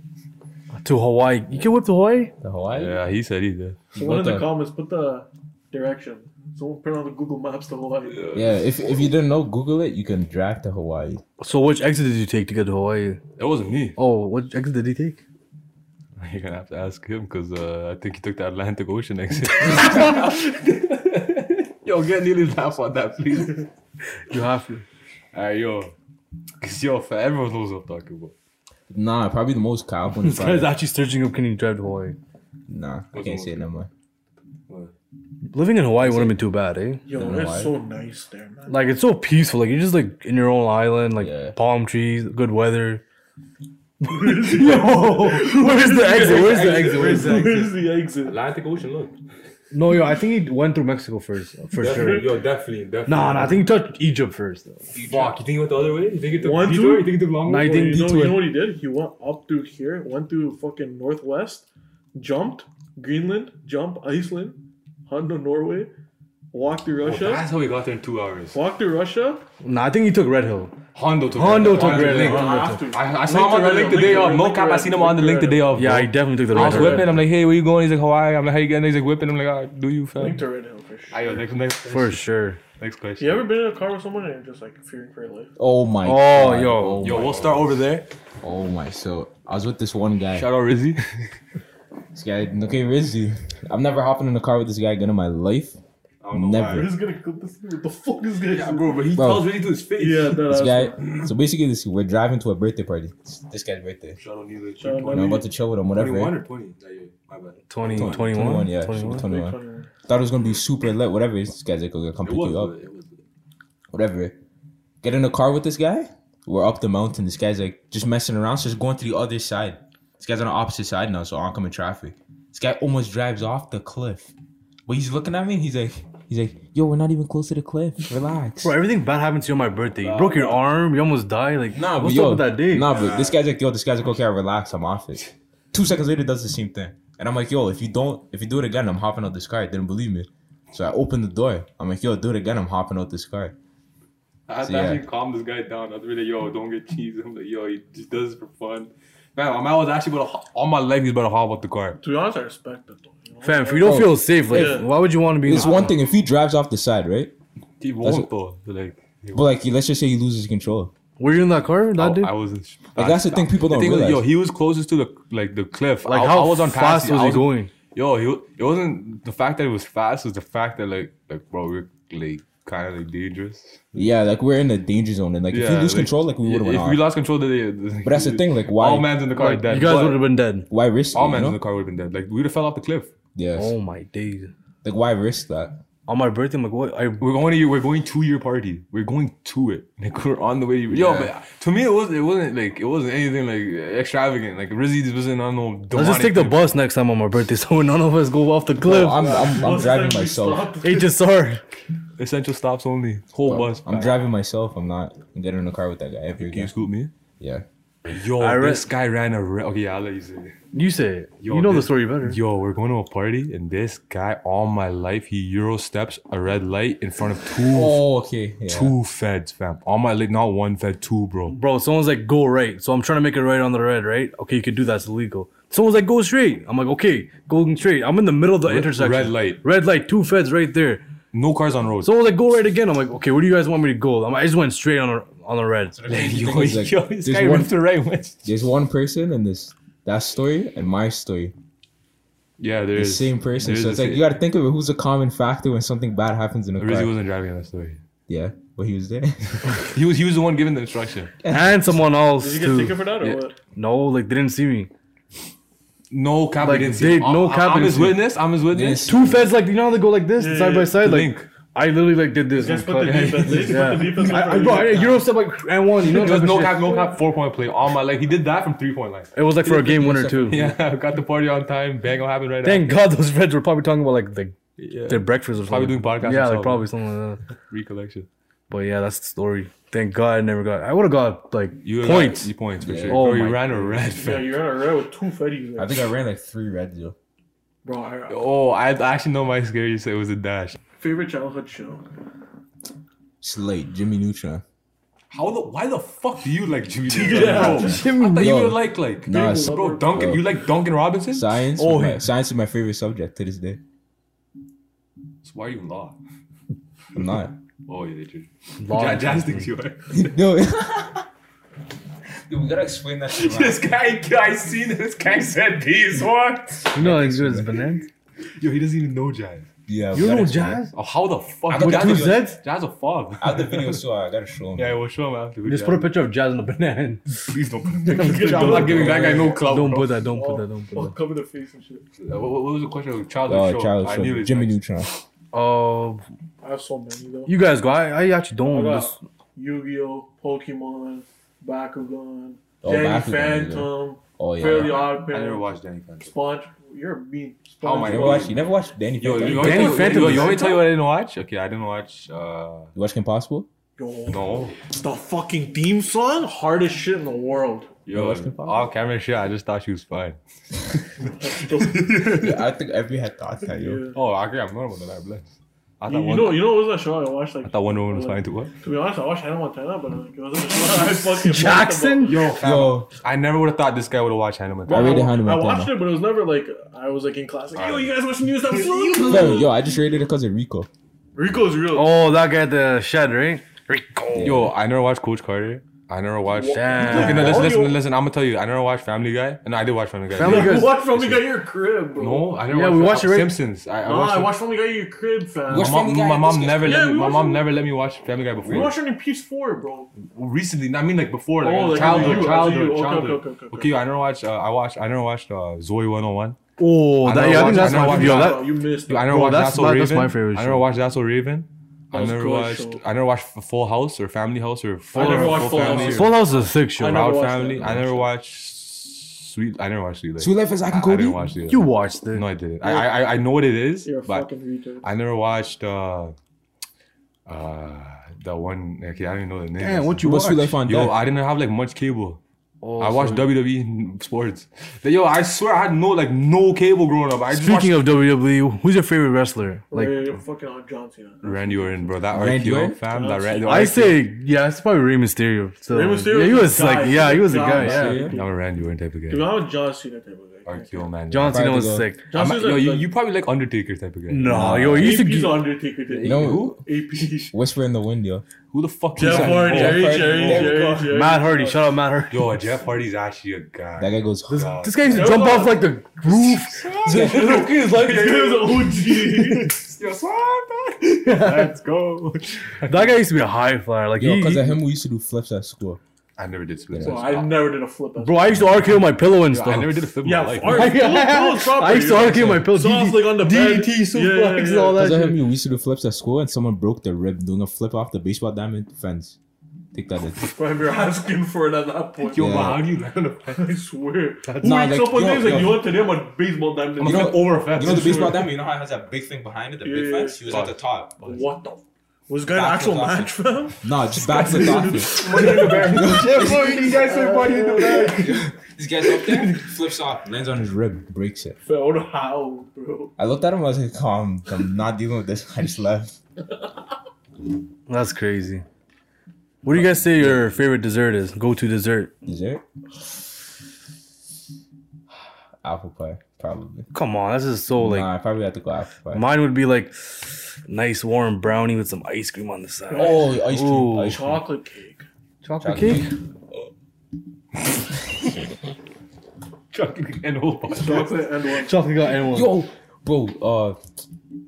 S4: to Hawaii. You can whip to Hawaii?
S3: The Hawaii?
S2: Yeah, he said he did.
S3: You
S1: One
S3: go
S1: in the
S3: to-
S1: comments, put the direction. Someone put it on the Google Maps to Hawaii.
S3: Yeah, if, if you didn't know, Google it. You can drive to Hawaii.
S4: So which exit did you take to get to Hawaii?
S2: It wasn't me.
S4: Oh, which exit did he take?
S2: You're gonna have to ask him because uh, I think he took the Atlantic Ocean exit. yo, get Neely's laugh on that, please.
S4: You have to.
S2: Alright, yo, cause yo, fa- everyone knows what I'm talking about.
S3: Nah, probably the most cow one. is
S4: This guy's
S3: probably-
S4: actually searching up can you drive to Hawaii?
S3: Nah, I
S2: What's
S3: can't
S2: the
S3: say it no more.
S4: Living in Hawaii wouldn't be too bad, eh?
S1: Yo,
S3: Don't know why.
S1: it's so nice there, man.
S4: Like it's so peaceful. Like you're just like in your own island, like
S3: Yeah.
S4: palm trees, good weather. yo, where's the exit? Where's the exit? Where's the exit?
S1: Where's the exit?
S2: Atlantic Ocean, look.
S4: No, yo, I think he went through Mexico first, for sure.
S2: Yo, definitely, definitely.
S4: Nah, nah, I think he touched Egypt first. Though.
S2: Fuck, you think he went the other way? You think it took
S1: One,
S2: detour?
S1: two?
S2: You think it took long?
S4: Nah, I
S1: Bro,
S4: think
S1: you, know, you
S4: detour.
S1: know what he did? He went up through here, went through fucking northwest, jumped Greenland, jumped Iceland, Honda Norway, walked through
S2: Oh,
S1: Russia,
S2: that's how we got there in two hours.
S1: walked through Russia.
S4: Nah, I think he took Red Hill.
S2: Hondo took
S4: Hondo
S2: it.
S4: took
S2: Hondo
S4: Red
S2: linked.
S4: Hill.
S2: I, I saw him on the link the day off. No cap, I seen him on the link the day off.
S4: Oh, Yeah,
S2: bro.
S4: he definitely took the
S2: I
S4: Red
S2: was
S4: Hill.
S2: whipping. I'm like, hey, where you going? He's like, Hawaii. I'm like, how you getting? there?" He's like, whipping. I'm like, ah, do you, fam?
S1: Linked to Red Hill for sure.
S2: Ayo, next, next.
S4: for sure.
S2: Next question.
S1: You ever been in a car with someone and you're just like fearing for your life?
S3: Oh my.
S4: Oh,
S3: God.
S4: yo.
S3: Oh,
S2: Yo,
S3: my-
S2: we'll start over there.
S3: oh my. So I was with this one guy.
S2: Shout out Rizzy.
S3: This guy, okay, Rizzy. I'm never hopping in the car with this guy again in my life.
S5: I don't know
S3: Never.
S5: why.
S1: This is gonna clip this. What the fuck is gonna?
S5: Yeah, bro, but he
S3: Bro.
S5: tells really to his face.
S1: Yeah, no,
S3: This
S1: that's-
S3: guy. So basically, this we're driving to a birthday party. It's This guy's birthday.
S5: Shout out Neely.
S1: Shout out
S5: 21.
S3: And I'm about to chill with him, whatever.
S5: 21 or 20? Not you. My bad.
S4: 20,
S3: 20,
S4: 21?
S3: 21, yeah, should be
S4: 21.
S3: 21.
S1: Fucking-
S3: Thought it was gonna be super lit, whatever. This guy's like, gonna come
S5: It
S3: pick
S5: was.
S3: you up,
S5: lit, It was. lit.
S3: whatever. Get in the car with this guy. We're up the mountain. This guy's like just messing around, so just going to the other side. This guy's on the opposite side now, so oncoming traffic. This guy almost drives off the cliff. But he's looking at me. He's like, he's like, yo, we're not even close to the cliff. Relax.
S4: Bro, everything bad happened to you on my birthday. You broke your arm. You almost died. Like,
S3: Nah,
S4: what's
S3: but yo,
S4: up with that day?
S3: Nah, but this guy's like, yo, this guy's like, okay, I relax, I'm off it. Two seconds later, does the same thing, and I'm like, yo, if you don't, if you do it again, I'm hopping out this car. He didn't believe me, so I opened the door. I'm like, yo, do it again, I'm hopping out this car.
S5: I had
S3: So,
S5: to
S3: yeah.
S5: actually calm this guy down. I was really, yo, don't get cheese. I'm like, yo, he just does it for fun. Man, my man was actually about to hop, all my leg was about to hop up the car.
S1: To be honest, I respect it though. You know?
S4: Fam, if you don't
S3: Bro.
S4: feel safe, like,
S1: Yeah.
S4: why would you want to be? in
S3: It's
S4: the-
S3: one thing if he drives off the side, right?
S2: He
S3: That's-
S2: won't though. Like, he
S3: But like, let's just say he loses control.
S4: Were you in that car that day?
S2: Oh, I, I was in.
S3: Like that's the thing people
S2: The
S3: don't
S2: thing was,
S3: realize.
S2: yo, he was closest to the like the cliff.
S4: Like,
S2: I,
S4: how
S2: I was on
S4: fast
S2: Passy.
S4: was
S2: I
S4: he going?
S2: Yo, he, wa- it wasn't the fact that it was fast. It was the fact that like like bro, we're like kind of like dangerous.
S3: yeah, like we're in the danger zone, and like if you lose
S2: like,
S3: control, like we would have went
S2: If we
S3: off.
S2: lost control, then, yeah,
S3: But that's the thing, like, why-
S2: all man's in the car dead.
S4: you guys
S2: But
S4: would have been dead.
S3: Why risk? it,
S2: all
S3: you
S2: man's
S3: know?
S2: in the car would have been dead. Like we would have fell off the cliff.
S3: Yes.
S4: Oh my days!
S3: Like why risk that?
S4: On my birthday, I'm like, what? I
S2: We're going to your, we're going to your party. We're going to it. Like we're on the way. To, Yo,
S3: Yeah.
S2: but to me, it was it wasn't like it wasn't anything like extravagant. Like Rizzy just wasn't on no.
S4: let's just
S2: demonic
S4: take the
S2: thing.
S4: bus next time on my birthday, so none of us go off the cliff.
S3: Bro, I'm, I'm, I'm
S1: Most of the
S3: driving
S1: time we
S3: myself.
S1: stop.
S4: HSR.
S2: essential stops only. Whole bus.
S3: I'm driving myself. I'm not getting in the car with that guy ever
S2: Can you
S3: again.
S2: scoop me?
S3: Yeah.
S2: Yo,
S4: I re-
S2: this guy ran a. Re- okay, yeah, I'll let you say. it.
S4: You say it.
S2: Yo,
S4: you know the
S2: this-
S4: story better.
S2: Yo, we're going to a party, and this guy, all my life, he euro steps a red light in front of two,
S3: Oh, okay. Yeah.
S2: two feds, fam. All my life, not one fed, two, bro.
S4: Bro, someone's like, go right. So I'm trying to make it right on the red, right? Okay, you could do that. It's illegal. Someone's like, go straight. I'm like, okay, going straight. I'm in the middle of the intersection.
S2: red light.
S4: Red light. Two feds right there.
S2: No cars on roads.
S4: Someone's like, go right again. I'm like, okay, where do you guys want me to go? I'm like, I just went straight on the, on the red.
S3: The thing is, like,
S2: this
S3: there's
S2: guy
S3: one-
S2: went the right way.
S3: There's one person in this that story and my story,
S2: Yeah,
S3: the
S2: there's
S3: same person.
S2: there's
S3: So
S2: the
S3: it's like
S2: same-
S3: you got to think of it. Who's a common factor when something bad happens in a
S2: Rizzy
S3: car?
S2: wasn't driving in that story.
S3: yeah, but he was there.
S2: He was he was the one giving the instruction.
S4: And someone else.
S1: Did you get
S4: too.
S1: ticket for that or what?
S4: No, like they didn't see me.
S2: No cap,
S4: Like,
S2: I didn't see.
S4: they-
S2: him. I'm-
S4: no cap, I
S2: I'm
S4: didn't
S2: his
S4: see him.
S2: witness. I'm his witness.
S4: Two feds like you know how they go like this
S1: Yeah,
S4: side
S1: yeah,
S4: by side. Like
S2: Link.
S4: I literally like did this.
S1: Just put the defense. Just put the defense.
S4: I, I, bro, I, Euro step like and one. You know
S2: It was
S4: type of
S2: no
S4: shit.
S2: cap, no cap, four point play. All my life, he did that from three point line.
S4: It was like for a game winner too.
S2: Yeah, got the party on time. Bang, will happen right now.
S4: Thank God those feds were probably talking about like the, their breakfast or something.
S2: Probably doing podcasts
S4: Yeah,
S2: themselves.
S4: like probably something like that.
S2: Recollection.
S4: But yeah, that's the story. Thank God I never got. I would have got like
S2: You got-
S4: points.
S2: You points for sure.
S4: Oh
S2: Bro,
S4: my
S2: you ran a red.
S1: Yeah,
S2: fam.
S1: you're on a red with two fetties.
S3: I think I ran like three red though.
S1: Bro, I, uh,
S2: Oh, I I actually know my scariest. It was a dash.
S1: favorite childhood show.
S3: It's late. Jimmy Neutron.
S2: How the? Why the fuck do you like Jimmy? Neutron,
S1: Yeah.
S2: bro? I
S4: Jimmy
S2: thought you
S3: Neutron.
S2: would like like
S3: Nah, it's-
S2: bro Duncan.
S3: bro.
S2: You like Duncan Robinson?
S3: Science.
S2: Oh,
S3: Oh, my,
S2: hey.
S3: science is my favorite subject to this day.
S2: So why are you law?
S3: I'm not.
S2: Oh yeah, dude.
S4: Law.
S2: Ja- Jazz thinks you are.
S3: no. Dude, we gotta explain that. To
S2: this guy, I seen this guy said these what?
S4: You know, like it's bananas.
S2: Yo, he doesn't even know Jazz.
S3: yeah. we
S4: You
S3: gotta
S4: know
S3: explain
S4: jazz.
S2: Oh, how the fuck?
S3: got
S2: Jazz
S3: two
S2: is-
S4: Zs?
S2: Jazz a fog.
S3: that. I have the video, so I gotta show him.
S2: Yeah, we'll show him after.
S4: Just put a picture of jazz and a banana.
S2: Please don't. Put a I'm not giving that guy no club.
S4: Don't put that. Don't put that. Don't put
S1: Oh,
S4: that.
S1: cover the face and shit.
S2: What, what was the question? Childhood
S3: Oh,
S2: show.
S3: Charles,
S2: I
S3: show.
S2: knew it was
S3: Jimmy
S2: next.
S3: Neutron.
S4: Oh,
S1: I have so many though.
S4: you guys go. I, I actually
S1: I
S4: don't.
S1: got
S4: Just,
S1: Yu-Gi-Oh, Pokemon, Bakugan,
S3: Oh,
S1: Danny
S3: Bakugan,
S1: Phantom,
S3: Oh yeah.
S1: Fairly Odd
S2: I never
S1: Parents,
S2: watched Danny Phantom.
S1: Sponge. You're a mean.
S2: How
S1: Sponge.
S2: am I-
S3: You never watched. You never watched Danny.
S2: Yo,
S3: Phantom?
S2: you
S4: Danny
S2: Danny
S4: Phantom
S2: Phantom. Yo,
S4: is-
S2: you want me to tell you what I didn't watch? Okay, I didn't watch. Uh,
S3: You watched Impossible?
S1: Yo,
S2: no.
S1: the fucking theme song, hardest shit in the world.
S2: Yo,
S3: watched Impossible?
S2: off camera shit. I just thought she was fine.
S3: yeah, I think every had thought that,
S1: Yeah.
S3: yo.
S1: You,
S2: Oh, okay, I'm normal. That I bless. I
S1: you
S2: thought one.
S1: know, you know what was that show I watched? Like,
S2: I thought Wonder Woman was fine too. What?
S1: to be honest, I watched Hannah Montana, but like, it wasn't a show I fucking watched
S4: Jackson.
S1: about-
S4: Yo,
S3: Yo,
S2: I never would have thought this guy would have watched Hannah
S1: Bro,
S3: I
S2: Montana.
S3: rated
S1: wa-
S3: Hannah
S1: I
S3: Montana.
S1: watched it, but it was never like I was like in class. Like, yo, you guys watching news episode?
S3: yo, yo, I just rated it because of Rico.
S1: Rico's real.
S4: Oh, that guy at the shed, right? Rico.
S2: Yo, I never watched Coach Carter. I never watched.
S4: Damn.
S2: Okay, no,
S1: Oh,
S2: listen, listen,
S1: yo.
S2: listen. I'm gonna tell you. I never watched Family Guy. No, I did watch Family Guy.
S4: Family Guy-
S1: You
S4: Because-
S1: watch Family Guy at your crib, bro.
S2: No, I never.
S4: Yeah,
S2: watched
S4: we
S2: Fam-
S4: watched it, right?
S2: Simpsons. I, I
S1: Nah, I
S2: watched.
S1: watched Family Guy at your crib, fam.
S2: My
S1: Watch,
S2: mom,
S5: Family Guy
S2: my
S5: in
S2: mom
S5: this-
S2: never
S1: Yeah,
S2: let me.
S1: we
S2: My
S1: watched
S2: mom
S1: it.
S2: never let me watch Family Guy
S1: we
S2: before.
S1: watched it in PS4, bro.
S2: Recently, I mean like before, like
S1: Oh, like,
S2: childhood,
S1: you,
S2: childhood,
S1: you. Okay,
S2: childhood.
S1: okay, okay, okay,
S2: Okay, I never watched. Uh, I watched. I never watched uh, Zoe 101.
S4: Oh,
S2: I
S4: that,
S2: never
S4: yeah, I
S2: watched-
S4: think that's
S2: I never
S4: my
S2: watched that.
S4: yo, that,
S1: Oh, you missed.
S2: Dude, I
S1: it.
S2: never
S4: Bro,
S2: watched
S4: that's
S2: That's So
S4: my-
S2: Raven.
S4: that's my favorite
S2: I
S4: show.
S2: never watched That's So Raven. I
S1: was a
S2: never
S1: good
S2: watched.
S1: show.
S2: I never watched F- Full House or Family House or Full,
S1: never
S2: or
S1: watched
S2: Full
S1: Full House
S2: Family
S1: either.
S2: or
S4: Full House is a sick show.
S1: I never
S2: Proud
S1: watched
S2: Family.
S1: that.
S2: I never watched Sweet. I never watched Sweet Life.
S3: Sweet Life is I Can
S2: I, I
S3: Kobe?
S2: didn't watch Sweet
S4: You
S2: Life.
S4: watched it.
S2: No, I didn't. I I I- I know what it is,
S1: You're a
S2: but
S1: fucking retard.
S2: I never watched. uh uh that one. Okay, I don't even know the name.
S4: Damn, what you
S3: What's Sweet
S4: watch?
S3: Life on
S2: Yo,
S3: Deck?
S2: I didn't have like much cable.
S4: Oh,
S2: I watched
S4: so-
S2: WWE sports. Like, Yo, I swear I had no like no cable growing up. I just
S4: Speaking
S2: watched
S4: of WWE, who's your favorite wrestler?
S1: Like
S4: Like,
S1: you're fucking on John Cena.
S2: Randy Orton, bro. That
S3: Randy
S2: RKO
S3: Orton?
S2: fam. That Randy.
S4: I say, yeah, it's probably Rey Mysterio. So,
S1: Rey Mysterio
S4: yeah, he
S1: is a
S4: was
S1: guy.
S4: like, yeah, he was a
S1: He's a
S4: guy.
S1: guy.
S4: Yeah,
S2: I'm a Randy Orton type of
S1: Dude,
S2: guy.
S1: I'm a John Cena type of guy.
S2: RKO man.
S4: John Cena
S3: Probably
S4: was
S3: go.
S4: sick.
S1: John
S2: I'm-
S1: Cena's
S2: yo,
S1: like,
S2: you,
S1: like
S2: you probably like Undertaker type of guy.
S4: No, yo, he used to
S1: AP's
S4: get
S1: Undertaker. Dude.
S3: You know-
S2: Who?
S1: AP.
S3: Whisper in the Wind, yo.
S2: Who the fuck?
S1: Jeff
S2: is that?
S1: Hardy,
S2: Oh,
S1: Jerry,
S3: Hardy.
S1: Jerry,
S3: Oh,
S1: Jerry,
S3: God.
S1: Jerry.
S4: Matt Hardy. Shout out Matt Hardy.
S2: Yo, Jeff Hardy's actually a guy.
S3: That guy goes.
S2: God.
S4: This guy used to
S1: Yo,
S4: jump
S1: look.
S4: off like the roof.
S2: Look at his life.
S1: This guy was
S2: Yo, swag, man. Let's go.
S4: That guy used to be a high flyer. Like,
S3: Yo,
S4: he,
S3: because of him, we used to do flips at school.
S2: I never did split.
S1: an OG.
S2: sets.
S1: I never did a flip.
S4: bro, I used to RKO my pillow and stuff.
S2: I never did a flip. in
S1: Yeah,
S2: my life.
S1: Ar-
S4: I used to RKO my pillow.
S1: Soft, like, on the bed.
S4: DDT,
S1: Yeah, yeah,
S4: suplex,
S1: yeah.
S4: and all that
S3: Because of him,
S4: shit.
S3: we used to do flips at school, and someone broke their rib doing a flip off the baseball diamond fence. Take that. in.
S1: Bro, you're asking for it at that point.
S2: Yo,
S3: Yeah.
S2: but how do you land on a
S1: I swear. Who
S3: Nah,
S1: wakes
S3: like,
S1: up one
S3: yo,
S1: day and is
S3: yo.
S1: like, you want today I'm on baseball diamond.
S3: You know-
S1: over a fence.
S3: You know the
S1: I swear.
S3: baseball diamond. You know how it has that big thing behind it, the
S1: Yeah,
S3: big
S1: yeah,
S3: fence. He was at the top.
S1: What the? Was this guy an
S3: Backflip
S1: actual
S3: off
S1: match, fam?
S3: Nah, just backflip off it.
S2: You guys say money in the bag.
S3: This guy's up there, flips off, lands on his rib, breaks it.
S1: Fam, I don't know how, bro.
S3: I looked at him, I was like, calm, I'm not dealing with this. I just left.
S4: That's crazy. What do you guys say your favorite dessert is? Go to dessert.
S3: Dessert? Apple pie, probably.
S4: Come on, this is so like.
S3: nah, I probably have to go apple pie.
S4: Mine would be like nice warm brownie with some ice cream on the side.
S3: oh, ice cream.
S4: Ooh.
S3: ice cream.
S1: Chocolate cake.
S4: chocolate
S3: chocolate
S4: cake?
S2: And whole bunch.
S1: Chocolate and one.
S4: Chocolate got anyone.
S3: Yo, bro, uh,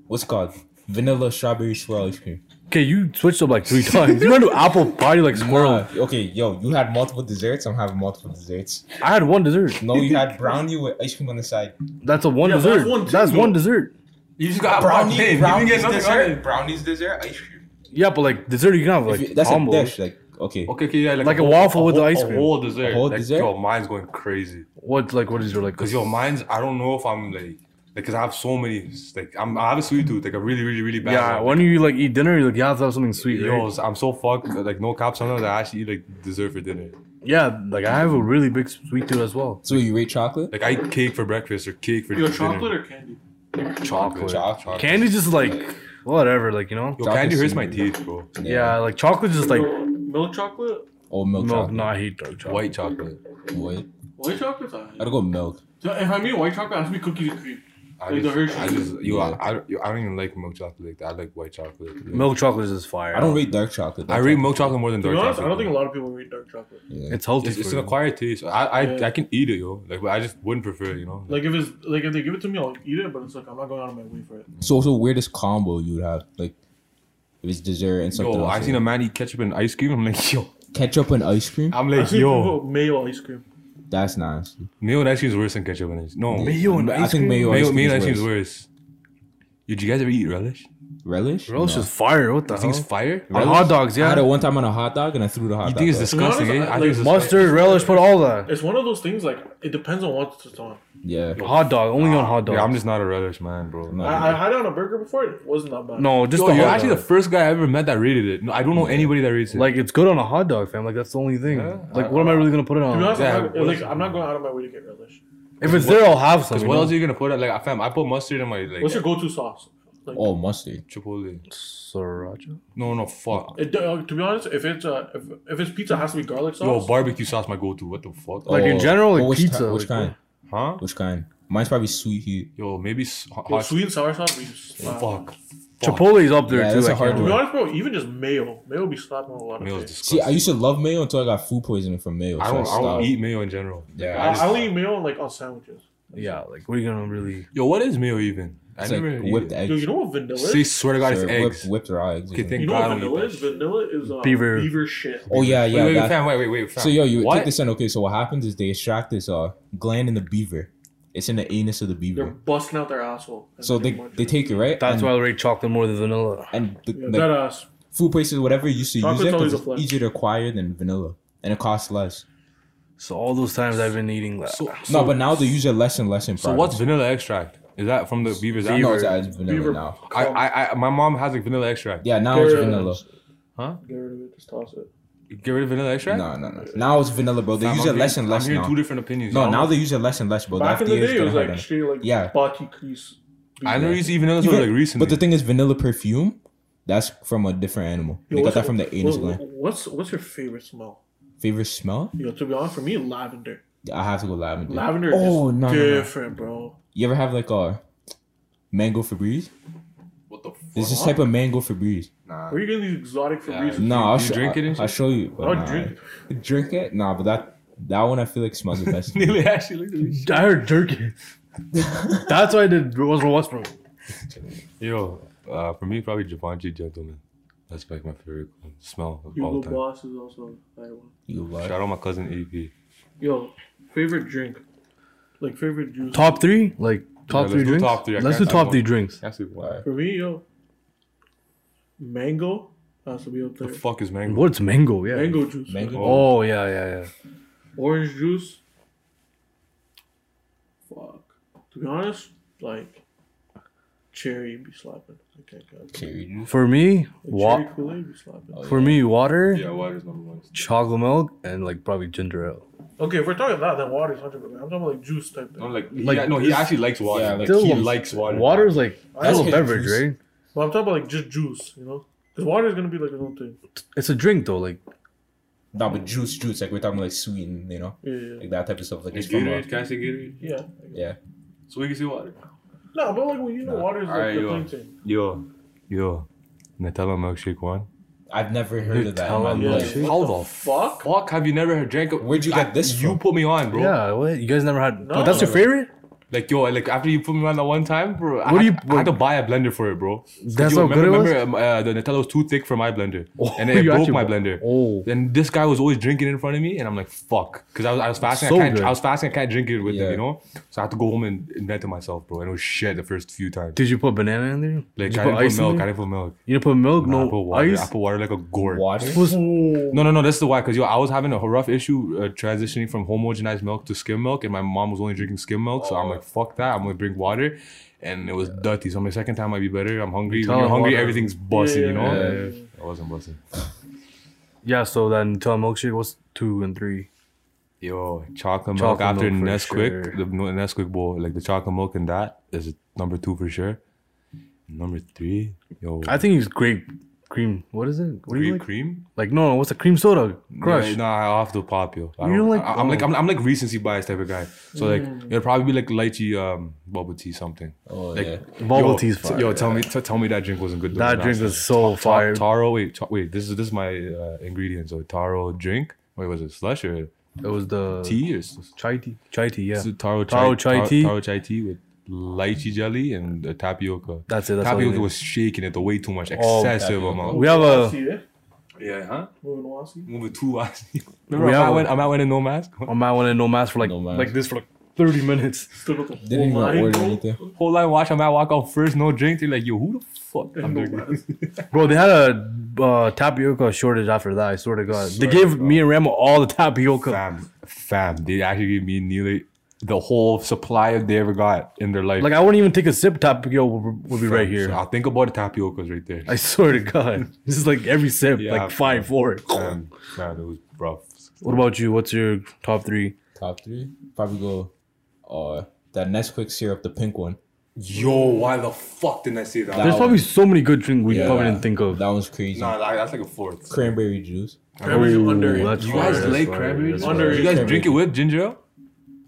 S3: what's it called? Vanilla strawberry swirl ice cream.
S4: Okay, you switched up like three times. You want to do apple pie like squirrel?
S3: Nah, Uh, okay, yo, you had multiple desserts. I'm having multiple desserts.
S4: I had one dessert.
S3: No, you had brownie with ice cream on the side.
S4: That's a one
S1: Yeah,
S4: dessert.
S1: that's
S4: That's
S1: one
S4: one,
S1: too, though.
S4: dessert.
S2: You just got brownie. You didn't get nothing on it.
S3: Brownies dessert ice cream.
S4: Yeah, but like dessert you can have like
S3: That's
S4: combos.
S3: a dish. Like, okay,
S2: Okay, okay, yeah, like,
S4: Like a
S2: whole-
S4: waffle with
S2: whole-
S4: the ice cream.
S2: A whole dessert.
S3: A whole
S2: like,
S3: dessert?
S2: Yo, mine's going crazy.
S4: What like what is your like?
S2: Cause yo, mine's I don't know if I'm like, like, cause I have so many. Like, I'm I have a sweet tooth. Like, a really, really, really bad.
S4: yeah,
S2: one.
S4: when you like eat dinner, you like you have to have something sweet.
S2: Yo,
S4: Right?
S2: I'm so fucked. Like, no cap. Sometimes I actually eat like dessert for dinner.
S4: Yeah, like I have a really big sweet tooth as well.
S3: so you rate chocolate?
S2: Like, I eat cake for breakfast or cake for
S1: Yo,
S2: dinner.
S1: chocolate or candy?
S2: chocolate,
S3: Chocolate.
S2: chocolate.
S4: Candy's just like whatever, like you know.
S2: Yo, candy
S3: Chocolate's
S2: hurts my
S3: sweet.
S2: teeth, bro.
S4: Yeah, like chocolate just like
S1: Yo, milk chocolate?
S3: Or milk,
S4: milk.
S3: chocolate.
S4: No, I hate dark chocolate.
S2: White chocolate.
S3: Wait,
S1: White chocolate's alright.
S3: I'd go milk.
S1: So if I mean white chocolate, it has to be cookies and cream.
S2: I
S1: Like the
S2: just,
S1: Hershey's.
S2: I just, yo,
S3: Yeah.
S2: I, I, yo, I don't even like milk chocolate. Like that. I like white chocolate.
S4: Milk chocolate is just fire.
S3: I don't rate dark chocolate.
S2: I rate milk chocolate more than
S1: To
S2: dark
S1: be honest,
S2: chocolate.
S1: I don't think a lot of people read dark chocolate.
S3: Yeah.
S4: It's healthy.
S2: It's, it's
S4: for
S2: an
S4: you.
S2: acquired taste. I I,
S1: Yeah.
S2: I can eat it, yo. Like, but I just wouldn't prefer it, you know.
S1: Like if it's like if they give it to me, I'll eat it, but it's like I'm not going out of my way for it.
S3: So, what's the weirdest combo you would have? Like, if it's dessert and something
S2: yo,
S3: else.
S2: I seen a man eat ketchup and ice cream. I'm like, yo,
S3: Ketchup and ice cream?
S2: I'm
S1: I
S2: like,
S1: see
S2: yo,
S1: people with mayo ice cream.
S3: That's nasty.
S2: mayo and ice cream is worse than ketchup and ice. No, mayo,
S4: Mayo and
S3: I
S4: ice
S3: think
S4: cream.
S3: mayo,
S2: mayo,
S3: ice cream
S2: and ice
S3: is
S2: cream is worse.
S3: worse.
S2: Yo, did you guys ever eat relish?
S3: Relish?
S4: Relish
S3: No.
S4: is fire. What the
S2: I think it's
S4: hell?
S2: fire.
S4: On
S3: Relish?
S4: hot dogs,
S3: I
S4: yeah.
S3: had it one time on a hot dog and I threw the hot
S2: You
S3: dog.
S2: think it's
S3: out.
S1: To be honest,
S2: disgusting? eh?
S1: I-
S2: I think
S1: like,
S2: it's
S4: Mustard, relish, put all that.
S1: It's one of those things like it depends on what's on.
S3: Yeah.
S4: Hot dog, only on hot dog.
S2: Yeah, I'm just not a relish man, bro.
S3: No.
S1: I, I had it on a burger before. It wasn't that bad.
S4: no, just
S2: Yo,
S4: the
S2: you're
S4: hot
S2: actually the
S4: dog.
S2: first guy I ever met that rated it. No, I don't know anybody that rates it.
S4: like it's good on a hot dog, fam. Like that's the only thing. like, what am I really gonna put it
S1: To
S4: on?
S1: be honest, I'm,
S2: Yeah,
S1: not, like, I'm not going out of my way to get relish.
S4: if it's there, I'll have some.
S2: Because
S4: you
S2: what
S4: know?
S2: else are you gonna put? it? Like, fam, I put mustard in my like
S1: What's your go-to sauce? Like,
S3: Oh, mustard.
S2: chipotle.
S4: Sriracha.
S2: No, no, fuck.
S1: it, uh, to be honest, if it's uh, if, if it's pizza, it has to be garlic
S2: Yo,
S1: sauce.
S2: barbecue sauce my go-to. What the fuck?
S4: Like in
S3: Oh,
S4: general, like
S3: oh, which
S4: pizza,
S3: ki- which
S4: like,
S3: kind?
S2: huh?
S3: Which kind? Mine's probably sweet heat.
S2: Yo, maybe s- hot.
S1: Yo, sweet and sour sauce. We just slap.
S2: Fuck.
S4: Chipotle's up there
S3: Yeah,
S4: too.
S3: that's a
S4: I
S3: hard
S4: can't-
S1: To be
S3: one.
S1: honest, bro, even just mayo, mayo be slapping on a lot of
S2: Meal's
S1: things.
S3: See,
S2: disgusting.
S3: I used to love mayo until I got food poisoning from mayo.
S2: I don't,
S3: so
S2: I don't
S3: stopped.
S2: eat mayo in general.
S3: Yeah.
S1: I,
S2: I just-
S1: I only eat mayo like on sandwiches.
S4: Yeah, like what are you gonna really?
S2: Yo, what is mayo even? I
S3: It's
S2: never
S3: like
S2: eat
S3: whipped
S2: it.
S3: eggs.
S1: Dude, you know what vanilla
S2: Say,
S1: is?
S2: swear to God, it's
S3: Or
S2: eggs.
S3: Whipped, whipped raw eggs.
S2: Okay,
S3: yeah.
S2: thank
S1: You know
S2: God
S1: what
S2: I don't eat
S1: vanilla
S2: that
S1: is?
S2: shit.
S1: Vanilla is uh,
S4: Beaver.
S1: beaver. shit.
S3: Oh yeah, yeah.
S2: wait, wait,
S3: that-
S2: fam, wait, wait, wait, fam.
S3: so yo, you
S2: What?
S3: take this in. Okay, so what happens is they extract this uh gland in the beaver. It's in the anus of the
S1: They're
S3: beaver.
S1: busting out their asshole. and
S3: So they
S1: pretty much-
S3: they take it right.
S4: That's
S3: and,
S4: why I rate chocolate more than vanilla.
S3: And the,
S1: Yeah,
S3: like,
S1: that ass.
S3: food places, whatever used to use
S1: Chocolate's
S3: it, 'cause
S1: always a
S3: it's
S1: flex.
S3: easier to acquire than vanilla, and it costs less.
S4: So all those times I've been eating that.
S2: So,
S3: no, but now they use it less and less in.
S2: so what's vanilla extract? Is that from the beaver's
S3: I know
S2: apple?
S3: it's, it's vanilla
S1: Beaver-
S3: now.
S2: I, I, I, my mom has like vanilla extract.
S3: Yeah, now it's
S1: Beaver-
S3: vanilla.
S1: Get rid of it. Just toss it.
S2: Get rid of vanilla extract.
S3: No, no, no. Now it's vanilla, bro. They
S2: Fam,
S3: use
S2: I'm
S3: it less
S2: hearing-
S3: and less
S2: I'm hearing
S3: now.
S2: two different opinions.
S3: No,
S2: y'all.
S3: now they use it less and less, bro.
S1: Back in
S3: the
S1: the
S3: FDA is
S1: day, it
S3: gonna
S1: was
S3: hurt
S1: like
S3: on it.
S1: straight like
S3: Yeah.
S1: baki crease.
S2: I never used to eat vanilla
S3: You
S2: until like
S3: can-
S2: recently.
S3: But the thing is, vanilla perfume, that's from a different animal.
S1: Yo,
S3: they got
S1: what's-
S3: that from the anus
S1: what-
S3: gland.
S1: What's what's your favorite smell?
S3: Favorite smell?
S1: Yo, to be honest, for me, lavender.
S3: I have to go lavender.
S1: Lavender
S3: Oh
S1: is
S3: no, no, no!
S1: different, bro.
S3: You ever have like a mango Febreze?
S5: What the fuck?
S3: There's this type of mango Febreze.
S5: Nah.
S1: Where are you getting these exotic for
S5: Yeah.
S1: reasons?
S3: No, I'll
S2: you
S3: show,
S2: drink it and
S3: I'll
S2: shit? Oh,
S3: show you. but
S1: I'll
S3: nah,
S1: drink.
S3: Drink it? Nah, but that that one I feel like smells the best.
S2: Nearly actually looked at me.
S4: I heard jerky. That's why I did was Westbrook.
S2: Yo, uh, for me, probably Givenchy Gentleman. That's like my favorite one. smell of all
S1: Hugo
S2: time.
S1: Boss is also a high one.
S3: you
S2: Shout
S3: love.
S2: out my cousin E AP.
S1: Yo, favorite drink, like favorite juice.
S4: Top three, like top
S2: let's
S4: three
S2: do
S4: drinks.
S2: top three. I
S4: Let's do
S2: can't
S4: top
S2: say
S4: three
S2: one.
S4: drinks.
S2: That's it. What
S1: for me, yo, mango has to be up there.
S2: the fuck is mango?
S4: What's mango? Yeah.
S1: Mango juice,
S3: Mango.
S4: Oh yeah, yeah, yeah.
S1: orange juice. Fuck. To be honest, like cherry be slapping. I can't get it.
S3: Cherry.
S4: For me, wa-
S1: Cherry Kool Aid be slapping.
S4: for me water,
S5: Yeah, water's number one.
S4: chocolate milk, and like probably ginger ale.
S1: Okay, if we're talking about that, then water's hundred percent. I'm talking about like juice type
S5: No,
S1: thing.
S5: like, he,
S4: Like,
S5: no, he actually likes water.
S3: yeah,
S5: like,
S4: still-
S5: he likes water.
S4: Water's like
S1: I
S4: that's a
S1: like
S4: beverage,
S3: juice.
S4: right?
S1: But I'm talking about like just juice, you know. Because water is gonna be like its own thing.
S4: It's a drink though. Like
S3: Nah, but juice, juice. Like we're talking like sweet and you know,
S1: Yeah, yeah,
S3: like that type of stuff. Like
S5: Hey,
S3: it's from uh,
S5: Gatorade, can I say Gatorade?
S1: yeah. yeah.
S3: yeah.
S5: So we can say water.
S1: No, but like well, you know, water is like
S5: Alright,
S1: the
S5: yo.
S1: plain thing.
S2: Yo, yo, Nutella milkshake one.
S3: uh, I've never heard of that. in my
S2: Nutella
S1: Yeah.
S3: life.
S1: milkshake?
S2: How the fuck? Fuck, have you never had drank? a-
S3: Where'd you
S2: I-
S3: get this
S2: You
S3: from?
S2: put me on, bro.
S4: yeah, what you guys never had?
S1: No.
S4: but that's your favorite.
S2: Like yo, like after you put me on that one time, bro. I,
S4: What do you-
S2: had- I had to buy a blender for it, bro. 'Cause
S4: That's
S2: yo,
S4: how good it was?
S2: remember, Remember, um, uh, the Nutella was too thick for my blender,
S4: Oh,
S2: and it
S4: you
S2: broke
S4: actually-
S2: my blender.
S4: Oh.
S2: Then this guy was always drinking in front of me, and I'm like, fuck, because I was, I was fasting.
S4: So
S2: I, can't,
S4: good.
S2: I was fasting. I can't drink it with
S3: Yeah.
S2: it, you know. So I had to go home and invent it myself, bro. And it was shit the first few times.
S4: Did you put banana in there?
S2: like
S4: Did you
S2: I
S4: put
S2: didn't
S4: ice
S2: put
S4: in
S2: milk. I
S4: there?
S2: didn't put milk.
S4: You didn't put milk,
S2: Nah, I put
S4: no
S2: water. I
S4: ice.
S2: put water like a gourd.
S3: Water.
S4: Was- Oh.
S2: No, no, no. That's the why. Because yo, I was having a rough issue uh, transitioning from homogenized milk to skim milk, and my mom was only drinking skim milk. So I'm like,
S4: Oh.
S2: fuck that. I'm gonna drink water, and it was dirty. So my second time might be better. I'm hungry. When
S4: Nutella
S2: you're hungry,
S4: water.
S2: everything's busting. you know.
S4: Yeah, yeah,
S2: I wasn't busting.
S4: Yeah, so then Nutella milkshake was two and three.
S2: Yo, chocolate, milk
S4: Chocolate
S2: after
S4: milk for
S2: Nesquik,
S4: sure.
S2: the Nu- Nesquik bowl, like the chocolate milk and that is number two for sure. Number three, yo,
S4: I think it's grape cream. What is it? What do you
S2: Greek
S4: like?
S2: cream.
S4: Like no, what's a cream soda? Crush.
S2: Yeah, nah, I have to pop yo. I
S4: You
S2: don't,
S4: like- Mm.
S2: I, I'm like
S4: oh.
S2: I'm, I'm like recency bias type of guy. So like it'll probably be like lychee um bubble tea something.
S3: Oh
S2: Like,
S3: yeah.
S4: Bubble
S2: yo,
S4: tea's
S2: t-
S4: fire,
S2: Yo, tell me t- tell me that drink wasn't good. though.
S4: That
S2: Nah,
S4: drink
S2: son.
S4: was so
S2: Ta-
S4: fire.
S2: Taro, wait, ta- wait. This is this is my uh, ingredient. So taro drink. Wait, was it slush or
S4: It was the
S2: tea or s-
S4: chai tea. Chai tea, yeah.
S2: This is taro chai,
S4: Taro chai
S2: tar-
S4: tea.
S2: Taro chai tea with lychee jelly and uh, tapioca.
S4: That's it, that's all you
S2: tapioca
S4: need.
S2: was shaking it the way too much,
S4: Oh,
S2: excessive
S3: tapioca.
S2: amount.
S4: We have a
S1: See it?
S5: Yeah, huh?
S1: Moving Wasi.
S2: Moving too fast.
S4: We
S2: Remember,
S4: have
S2: I'm
S4: a-
S2: out when I'm out wearing no mask.
S4: on my one and no mask for like
S3: No mask.
S4: like this for like thirty minutes.
S1: Still got the whole
S3: Didn't even
S2: oh
S1: line,
S3: order
S1: bro.
S3: anything.
S2: Whole line watch. I'm at walk out first, no drink. They're like, yo, who the fuck? I'm
S1: No
S2: drinking.
S1: mask.
S4: Bro, they had a uh, tapioca shortage after that. I swear to God, they gave me and Ramo all the tapioca.
S2: Fam, fam. They actually gave me nearly the whole supply they ever got in their life.
S4: Like I wouldn't even take a sip. Tapioca would, would be
S2: Fam,
S4: right here.
S2: I think about the tapioca's right there.
S4: I swear to God, this is like every sip,
S2: Yeah,
S4: like five, four.
S2: fam, man, it was rough.
S4: What about you? What's your top three?
S3: Top three. Probably go. Uh, that Nesquik syrup, the pink one.
S2: Yo, why the fuck didn't I see that?
S4: There's
S3: That
S4: probably
S3: one.
S4: so many good drinks we
S3: Yeah.
S4: probably didn't think of.
S3: That one's crazy.
S2: Nah, that- that's like a fourth.
S3: Cranberry juice.
S1: Cranberry
S4: Ooh,
S1: underrated.
S4: that's
S2: You
S4: fire,
S2: guys
S4: that's
S2: like
S4: fire,
S2: cranberry?
S4: that's
S2: juice?
S4: fire.
S1: Underrated.
S2: You guys drink it with ginger ale?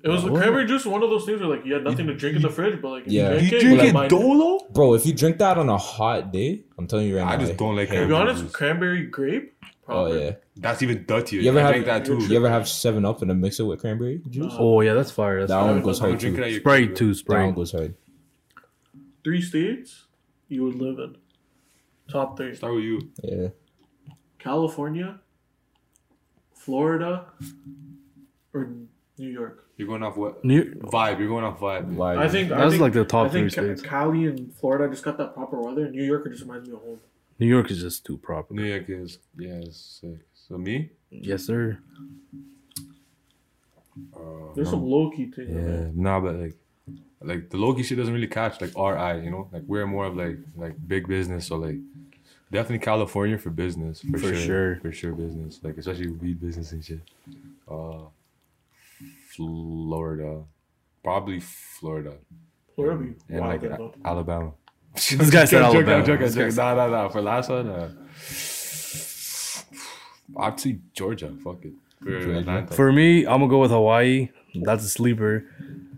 S1: It was
S3: What?
S1: cranberry juice. was One of those things where like you had nothing to drink in the fridge, but like if
S3: Yeah.
S1: you drink
S5: You
S1: it,
S5: drink
S1: you like,
S5: it
S1: mine-
S5: Dolo?
S3: Bro, if you drink that on a hot day, I'm telling you right now.
S2: I just
S3: like-
S2: don't like
S1: To be
S2: cranberry
S1: honest,
S2: juice.
S1: cranberry grape.
S3: Oh
S1: Probably.
S3: yeah.
S2: That's even dirtier.
S3: You ever
S2: I
S3: have
S2: drink that too.
S3: You ever have Seven Up and a mixer with cranberry juice?
S4: Oh yeah, that's fire. That's
S3: That
S4: fire.
S3: one goes
S1: I would
S2: I
S3: hard
S2: drink it
S3: too.
S2: at your
S4: Sprite too.
S3: That one
S4: Sprite.
S3: goes hard.
S1: Three states you would live in. Top three:
S5: Start with you.
S3: Yeah.
S1: California, Florida, or New York.
S5: You're going off what?
S4: New-
S5: Vibe. You're going off vibe.
S3: Why?
S1: I think I
S4: That's
S1: think,
S4: like the top
S1: I think
S4: three
S1: Ca-
S4: states.
S1: Cali and Florida just got that proper weather. New York just reminds me of home.
S4: New York is just too proper.
S5: New York is. Yeah, it's sick. So me?
S4: Yes, sir.
S1: There's some low key things. in there.
S2: Yeah, nah, but like, like the Loki shit doesn't really catch like RI, you know. Like we're more of like like big business, so like definitely California for business for,
S4: For
S2: sure,
S4: sure.
S2: for sure business, like especially weed business and shit. Uh, Florida, probably Florida,
S1: Florida be
S2: and
S1: wild
S2: like
S1: though.
S2: A- Alabama.
S4: This guy said
S2: Joking,
S4: Alabama.
S2: joking,
S4: This guy
S2: joking. Nah, nah, nah. For last one, uh, I'd say Georgia. Fuck it. For
S3: Georgia.
S2: Atlanta.
S4: For me, I'm gonna go with Hawaii. That's a sleeper.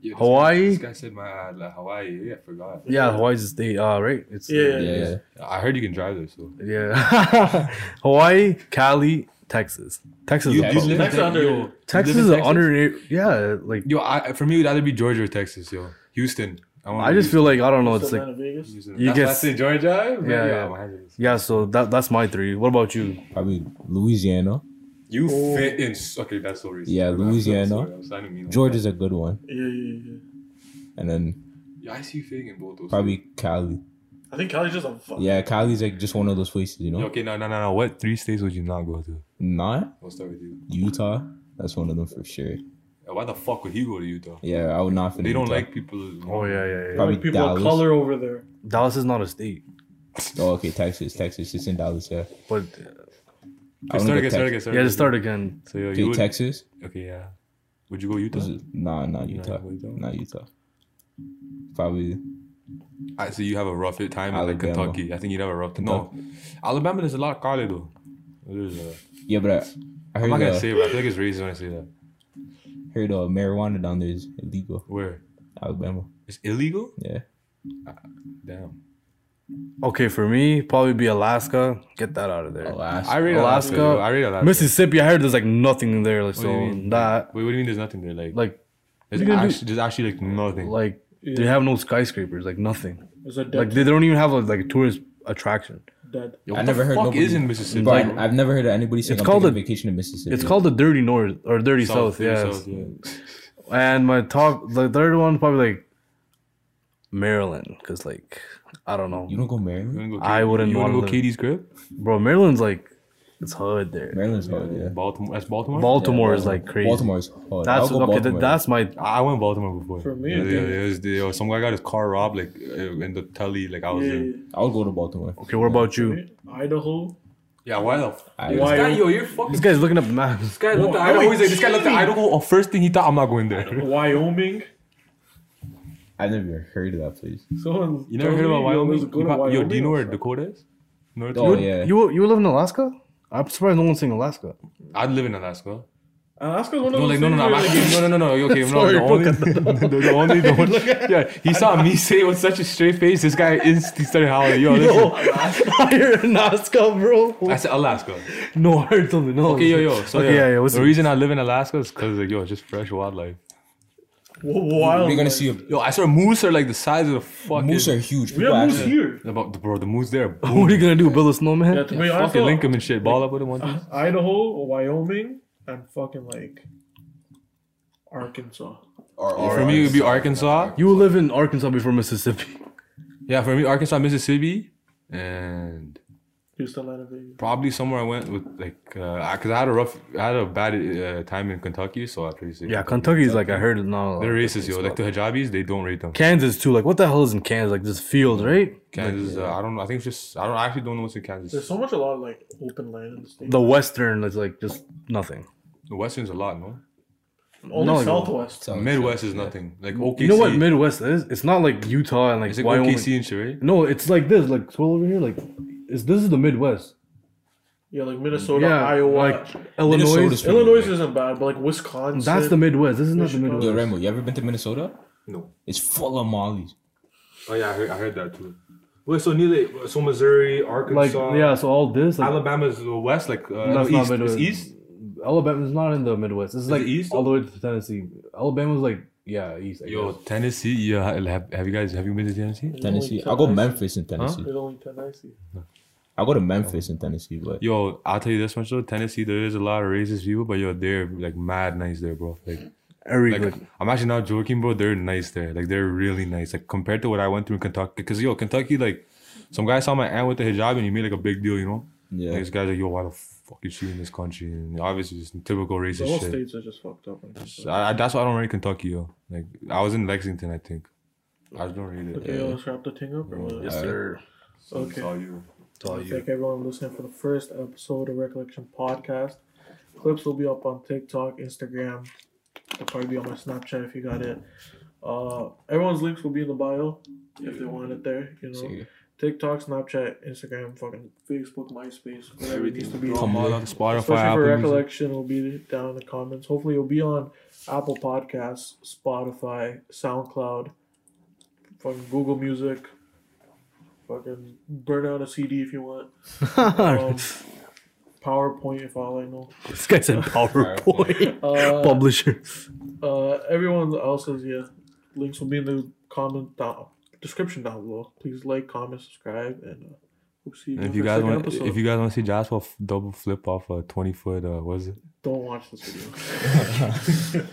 S5: Yeah, this
S4: Hawaii?
S5: Guy, this guy said my uh, like, Hawaii. Yeah, I forgot.
S4: Yeah, Hawaii's a state. Uh, right? It's
S1: Yeah.
S3: Yeah.
S2: I heard you can drive there, so
S4: yeah. Hawaii, Cali, Texas. Texas.
S5: You,
S4: is
S5: you
S4: a-
S5: live
S1: Texas
S5: in Te-
S1: underrated.
S5: yo, you
S4: Texas
S5: live
S4: is
S5: in
S4: an underrated. Yeah, like
S5: Yo, I, for me, it'd either be Georgia or Texas. Yo,
S2: Houston. wanna
S4: I
S2: be-
S4: just feel like I don't know.
S1: What's
S4: Oh, It's
S1: the
S4: like
S1: Atlanta, Vegas?
S5: Houston.
S4: You
S5: That's
S4: get
S5: why I
S4: s-
S5: say Georgia. but
S4: Yeah, yeah.
S5: my hand is-
S4: yeah. So that that's my three. What about you?
S3: Probably Louisiana.
S2: you
S1: Oh.
S2: fit in. s- Okay, that's so racist.
S3: Yeah,
S2: I'm so
S3: Louisiana.
S2: sorry, I'm starting to mean-
S3: Georgia's a good one.
S1: Yeah, yeah, yeah.
S3: And then
S2: Yeah, I see you fitting in both those.
S3: probably Cali.
S1: I think Cali's just a fuck.
S3: Yeah, Cali's like just one of those places, you
S2: Yeah,
S3: know?
S2: okay, no, no, no, no. What three states would you not go to?
S3: Not
S2: We'll start with you.
S3: Utah. That's one of them for sure.
S2: Yeah, Why the fuck would he go to Utah?
S3: Yeah, I would not fit
S2: They
S3: in
S2: don't
S3: Utah.
S2: like people.
S4: Oh yeah, yeah, yeah.
S3: Probably
S1: Like people
S3: Dallas.
S1: of color over there.
S4: Dallas is not a state,
S3: Oh, okay, Texas, Texas. It's in Dallas, yeah. I
S4: but
S2: Okay,
S3: wanna
S2: start
S3: go
S2: again, start again,
S3: Texas.
S2: start
S4: yeah.
S2: again.
S4: Just start again.
S2: So yeah, you
S3: Okay,
S2: would,
S3: Texas.
S2: okay, yeah. Would you go Utah?
S3: This is- Nah, not
S2: You're
S3: Utah.
S2: not Utah?
S3: Not Utah. Probably
S2: I see you have a rough time in like
S3: Alabama.
S2: Kentucky. I think you'd have a rough time. No, Alabama. There's a lot of college though. There's a,
S3: yeah, but I, I
S2: I'm not
S3: heard
S2: gonna
S3: uh,
S2: say it, but I feel like it's racist when I say that.
S3: heard uh, marijuana down there is illegal.
S2: Where
S3: Alabama,
S2: it's illegal?
S3: yeah.
S2: Damn.
S4: Okay, for me, probably be Alaska. Get that out of there.
S2: Oh, I read
S4: Alaska,
S2: Alaska. I read Alaska.
S4: Mississippi. I heard there's like nothing there. Like
S2: What do you
S4: so
S2: mean?
S4: that
S2: Wait, what do you mean? There's nothing there. Like,
S4: like
S2: there's,
S4: you gonna do?
S2: actually, there's actually like nothing.
S4: like they
S1: Yeah.
S4: have no skyscrapers. Like nothing.
S1: There's a dead.
S4: Like they don't even have a, like a tourist attraction.
S1: dead.
S2: Yo,
S3: I
S2: what
S3: never
S2: the
S3: heard
S2: fuck
S3: nobody-
S2: is in Mississippi.
S3: But
S2: bro?
S3: I've never heard of anybody saying
S4: It's
S3: I'm
S4: called
S3: taking a
S4: a-
S3: vacation in Mississippi.
S4: It's called the Dirty North or Dirty South.
S2: yeah,
S4: yes.
S2: south, yeah.
S4: And my top, the third one probably like Maryland, because like I don't know,
S3: you don't go
S2: You
S3: Maryland.
S2: wanna go
S4: I
S2: Katie-
S4: wouldn't
S2: You
S4: wanna
S2: wanna go
S4: live-
S2: Katie's crib?
S4: bro. Maryland's like it's hard there.
S3: Maryland's hard, yeah.
S2: Baltimore. That's Baltimore.
S4: Baltimore
S3: Yeah,
S4: is like crazy.
S3: Baltimore's hard.
S4: That's
S3: I'll go
S4: okay.
S3: Baltimore.
S4: That, that's my
S2: I went Baltimore before.
S1: For me, I
S2: yeah, yeah,
S1: think-
S2: yeah, it was the- yo, some guy got his car robbed like uh, in the telly. Like I was
S1: Yeah,
S2: in.
S1: yeah,
S3: I'll go to Baltimore.
S4: okay. What about you?
S1: yeah. Idaho.
S2: Yeah, why the? F-
S3: I-
S2: Yo, this
S1: Why-
S2: guy, yo, you're fucking.
S4: This guy's looking up the map.
S2: This guy looked at
S1: Why-
S2: Idaho. He's like, this guy looked at
S1: Why-
S2: Idaho. Oh, first thing he thought, I'm not going there.
S1: Wyoming.
S3: I've never even heard of that place.
S1: Someone
S2: You never
S1: told
S2: heard
S1: me,
S2: about
S1: yo,
S2: Wyoming?
S1: let's go to
S2: You- Yo, do you
S1: Wyoming.
S2: know where Dakota is? North.
S3: Oh,
S2: Dakota?
S3: yeah.
S4: You you live in Alaska? I'm surprised no one's saying Alaska.
S2: I'd live in Alaska.
S1: Alaska's one of
S2: No,
S1: those
S2: like no, no,
S1: things
S2: no, I'm
S1: where,
S2: asking, no, no, no, no. Okay, no,
S4: Sorry,
S2: the only,
S4: look
S2: the, the only, the only, yeah. He saw me say it with such a straight face. This guy instantly started howling. Yo, listen,
S4: You're in Alaska, bro.
S2: I said Alaska.
S4: No, I heard something. No.
S2: Okay, yo, yo. So
S4: Okay,
S2: yeah,
S4: yeah, yeah, what's
S2: the
S4: the-
S2: reason I live in Alaska is because like yo, it's just fresh wildlife.
S1: Wa- Wild.
S3: You're gonna
S1: like-
S3: see a
S2: Yo, I saw moose are like the size of the fucking.
S3: moose are huge.
S1: We
S3: People
S1: have moose
S3: actually-
S1: here.
S2: About bro, the moose there.
S4: What are you gonna do? Build a snowman?
S1: Yeah, to be honest,
S2: Fucking
S1: though,
S2: link him and shit. Ball up with him one time.
S1: Idaho, Wyoming, and fucking like Arkansas.
S3: Or- or-
S2: For me, it would be Arkansas.
S4: You live in Arkansas before Mississippi.
S2: Yeah, for me, Arkansas, Mississippi, and
S1: Houston, Atlanta, Vegas.
S2: probably somewhere I went with like because I had a rough, I had a bad uh, time in Kentucky, so I'd probably say
S4: Yeah, Kentucky's like I heard it now.
S2: They're racist, yo. Like the hijabis, they don't rate them.
S4: Kansas too. Like what the hell is in Kansas? Like this field, right?
S2: Kansas, uh, I don't. know. I think it's just. I don't. I actually don't know what's in
S1: There's
S2: Kansas.
S1: so much a lot of like open land in the state.
S4: The western is like just nothing.
S2: The Western's a lot, no.
S5: Oh,
S1: Only
S4: no, no.
S1: Southwest.
S3: So-
S2: Midwest is nothing. Like OKC.
S4: You know what Midwest is? It's not like Utah and like
S2: It's like
S4: Wyoming.
S2: OKC and shit, right?
S4: No, it's like this. Like scroll over here. Like, is this is the Midwest?
S1: Yeah, like Minnesota,
S4: yeah,
S1: Iowa.
S4: like
S3: Minnesota's
S4: Illinois.
S3: pretty
S1: Illinois
S3: big.
S1: isn't bad, but like Wisconsin.
S4: That's the Midwest. This is not the
S1: Michigan.
S4: Midwest.
S3: Yo, Remo, you ever been to Minnesota?
S5: No.
S3: It's full of mollies.
S5: Oh yeah, I heard, I heard that too. Wait, so neither so Missouri,
S4: Like
S5: Arkansas,
S4: yeah, so all this like
S5: Alabama's the west, like uh,
S4: That's
S5: east.
S4: not
S5: it's
S4: Midwest.
S5: east.
S4: Alabama's not in the Midwest. It's
S5: it
S4: like
S5: east?
S4: all the way to Tennessee. Alabama's like yeah, east. I
S2: Yo,
S4: guess.
S2: Tennessee. Yeah, have, have you guys have you been to Tennessee?
S1: There's only
S3: Tennessee.
S1: 10
S3: I'll go
S1: I see.
S3: Memphis in Tennessee.
S1: There's only ten I see.
S3: I'll go to Memphis in Tennessee, but
S2: Yo, I'll tell you this much though. Tennessee, there is a lot of racist people, but yo, they're like mad nice there, bro. Like,
S4: every
S2: like I'm actually not joking, bro. They're nice there. Like, they're really nice. Like compared to what I went through in Kentucky, because yo, Kentucky, like, some guy saw my aunt with the hijab and he made like a big deal, you know?
S3: yeah.
S2: Like, this guy's like, yo, why the fuck is she in this country? And obviously, just typical
S1: The
S2: racist
S1: whole
S2: shit.
S1: states are just fucked up.
S2: So I, I- that's why I don't rate Kentucky, yo. Like I was in Lexington, I think. I don't rate it.
S1: Okay, let's wrap the thing up. Or what?
S5: Yes, sir.
S1: Okay.
S5: It's all you.
S4: It's all
S1: I Thank everyone listening for the first episode of Recollection Podcast. Clips will be up on TikTok, Instagram. They'll probably be on my Snapchat if you got it. Uh, everyone's links will be in the bio if they want it there. You know,
S3: See,
S1: TikTok, Snapchat, Instagram, fucking Facebook, MySpace, whatever it needs to be.
S5: Everything's
S2: Come on, Spotify,
S1: Especially for
S2: Apple Music.
S1: recollection, will be down in the comments. Hopefully, you'll be on Apple Podcasts, Spotify, SoundCloud, fucking Google Music. Fucking burn out a CD if you want. Um, PowerPoint, if all I know.
S4: this guy said PowerPoint
S1: Uh,
S4: publisher.
S1: uh, everyone else's, yeah. Links will be in the comment down, description down below. Please like, comment, subscribe, and uh, we'll see you
S2: And
S1: in
S2: if you
S1: the
S2: guys
S1: second
S2: want,
S1: episode.
S2: if you guys want to see Joshua f- double flip off a twenty foot, uh, what is it?
S1: Don't watch this video.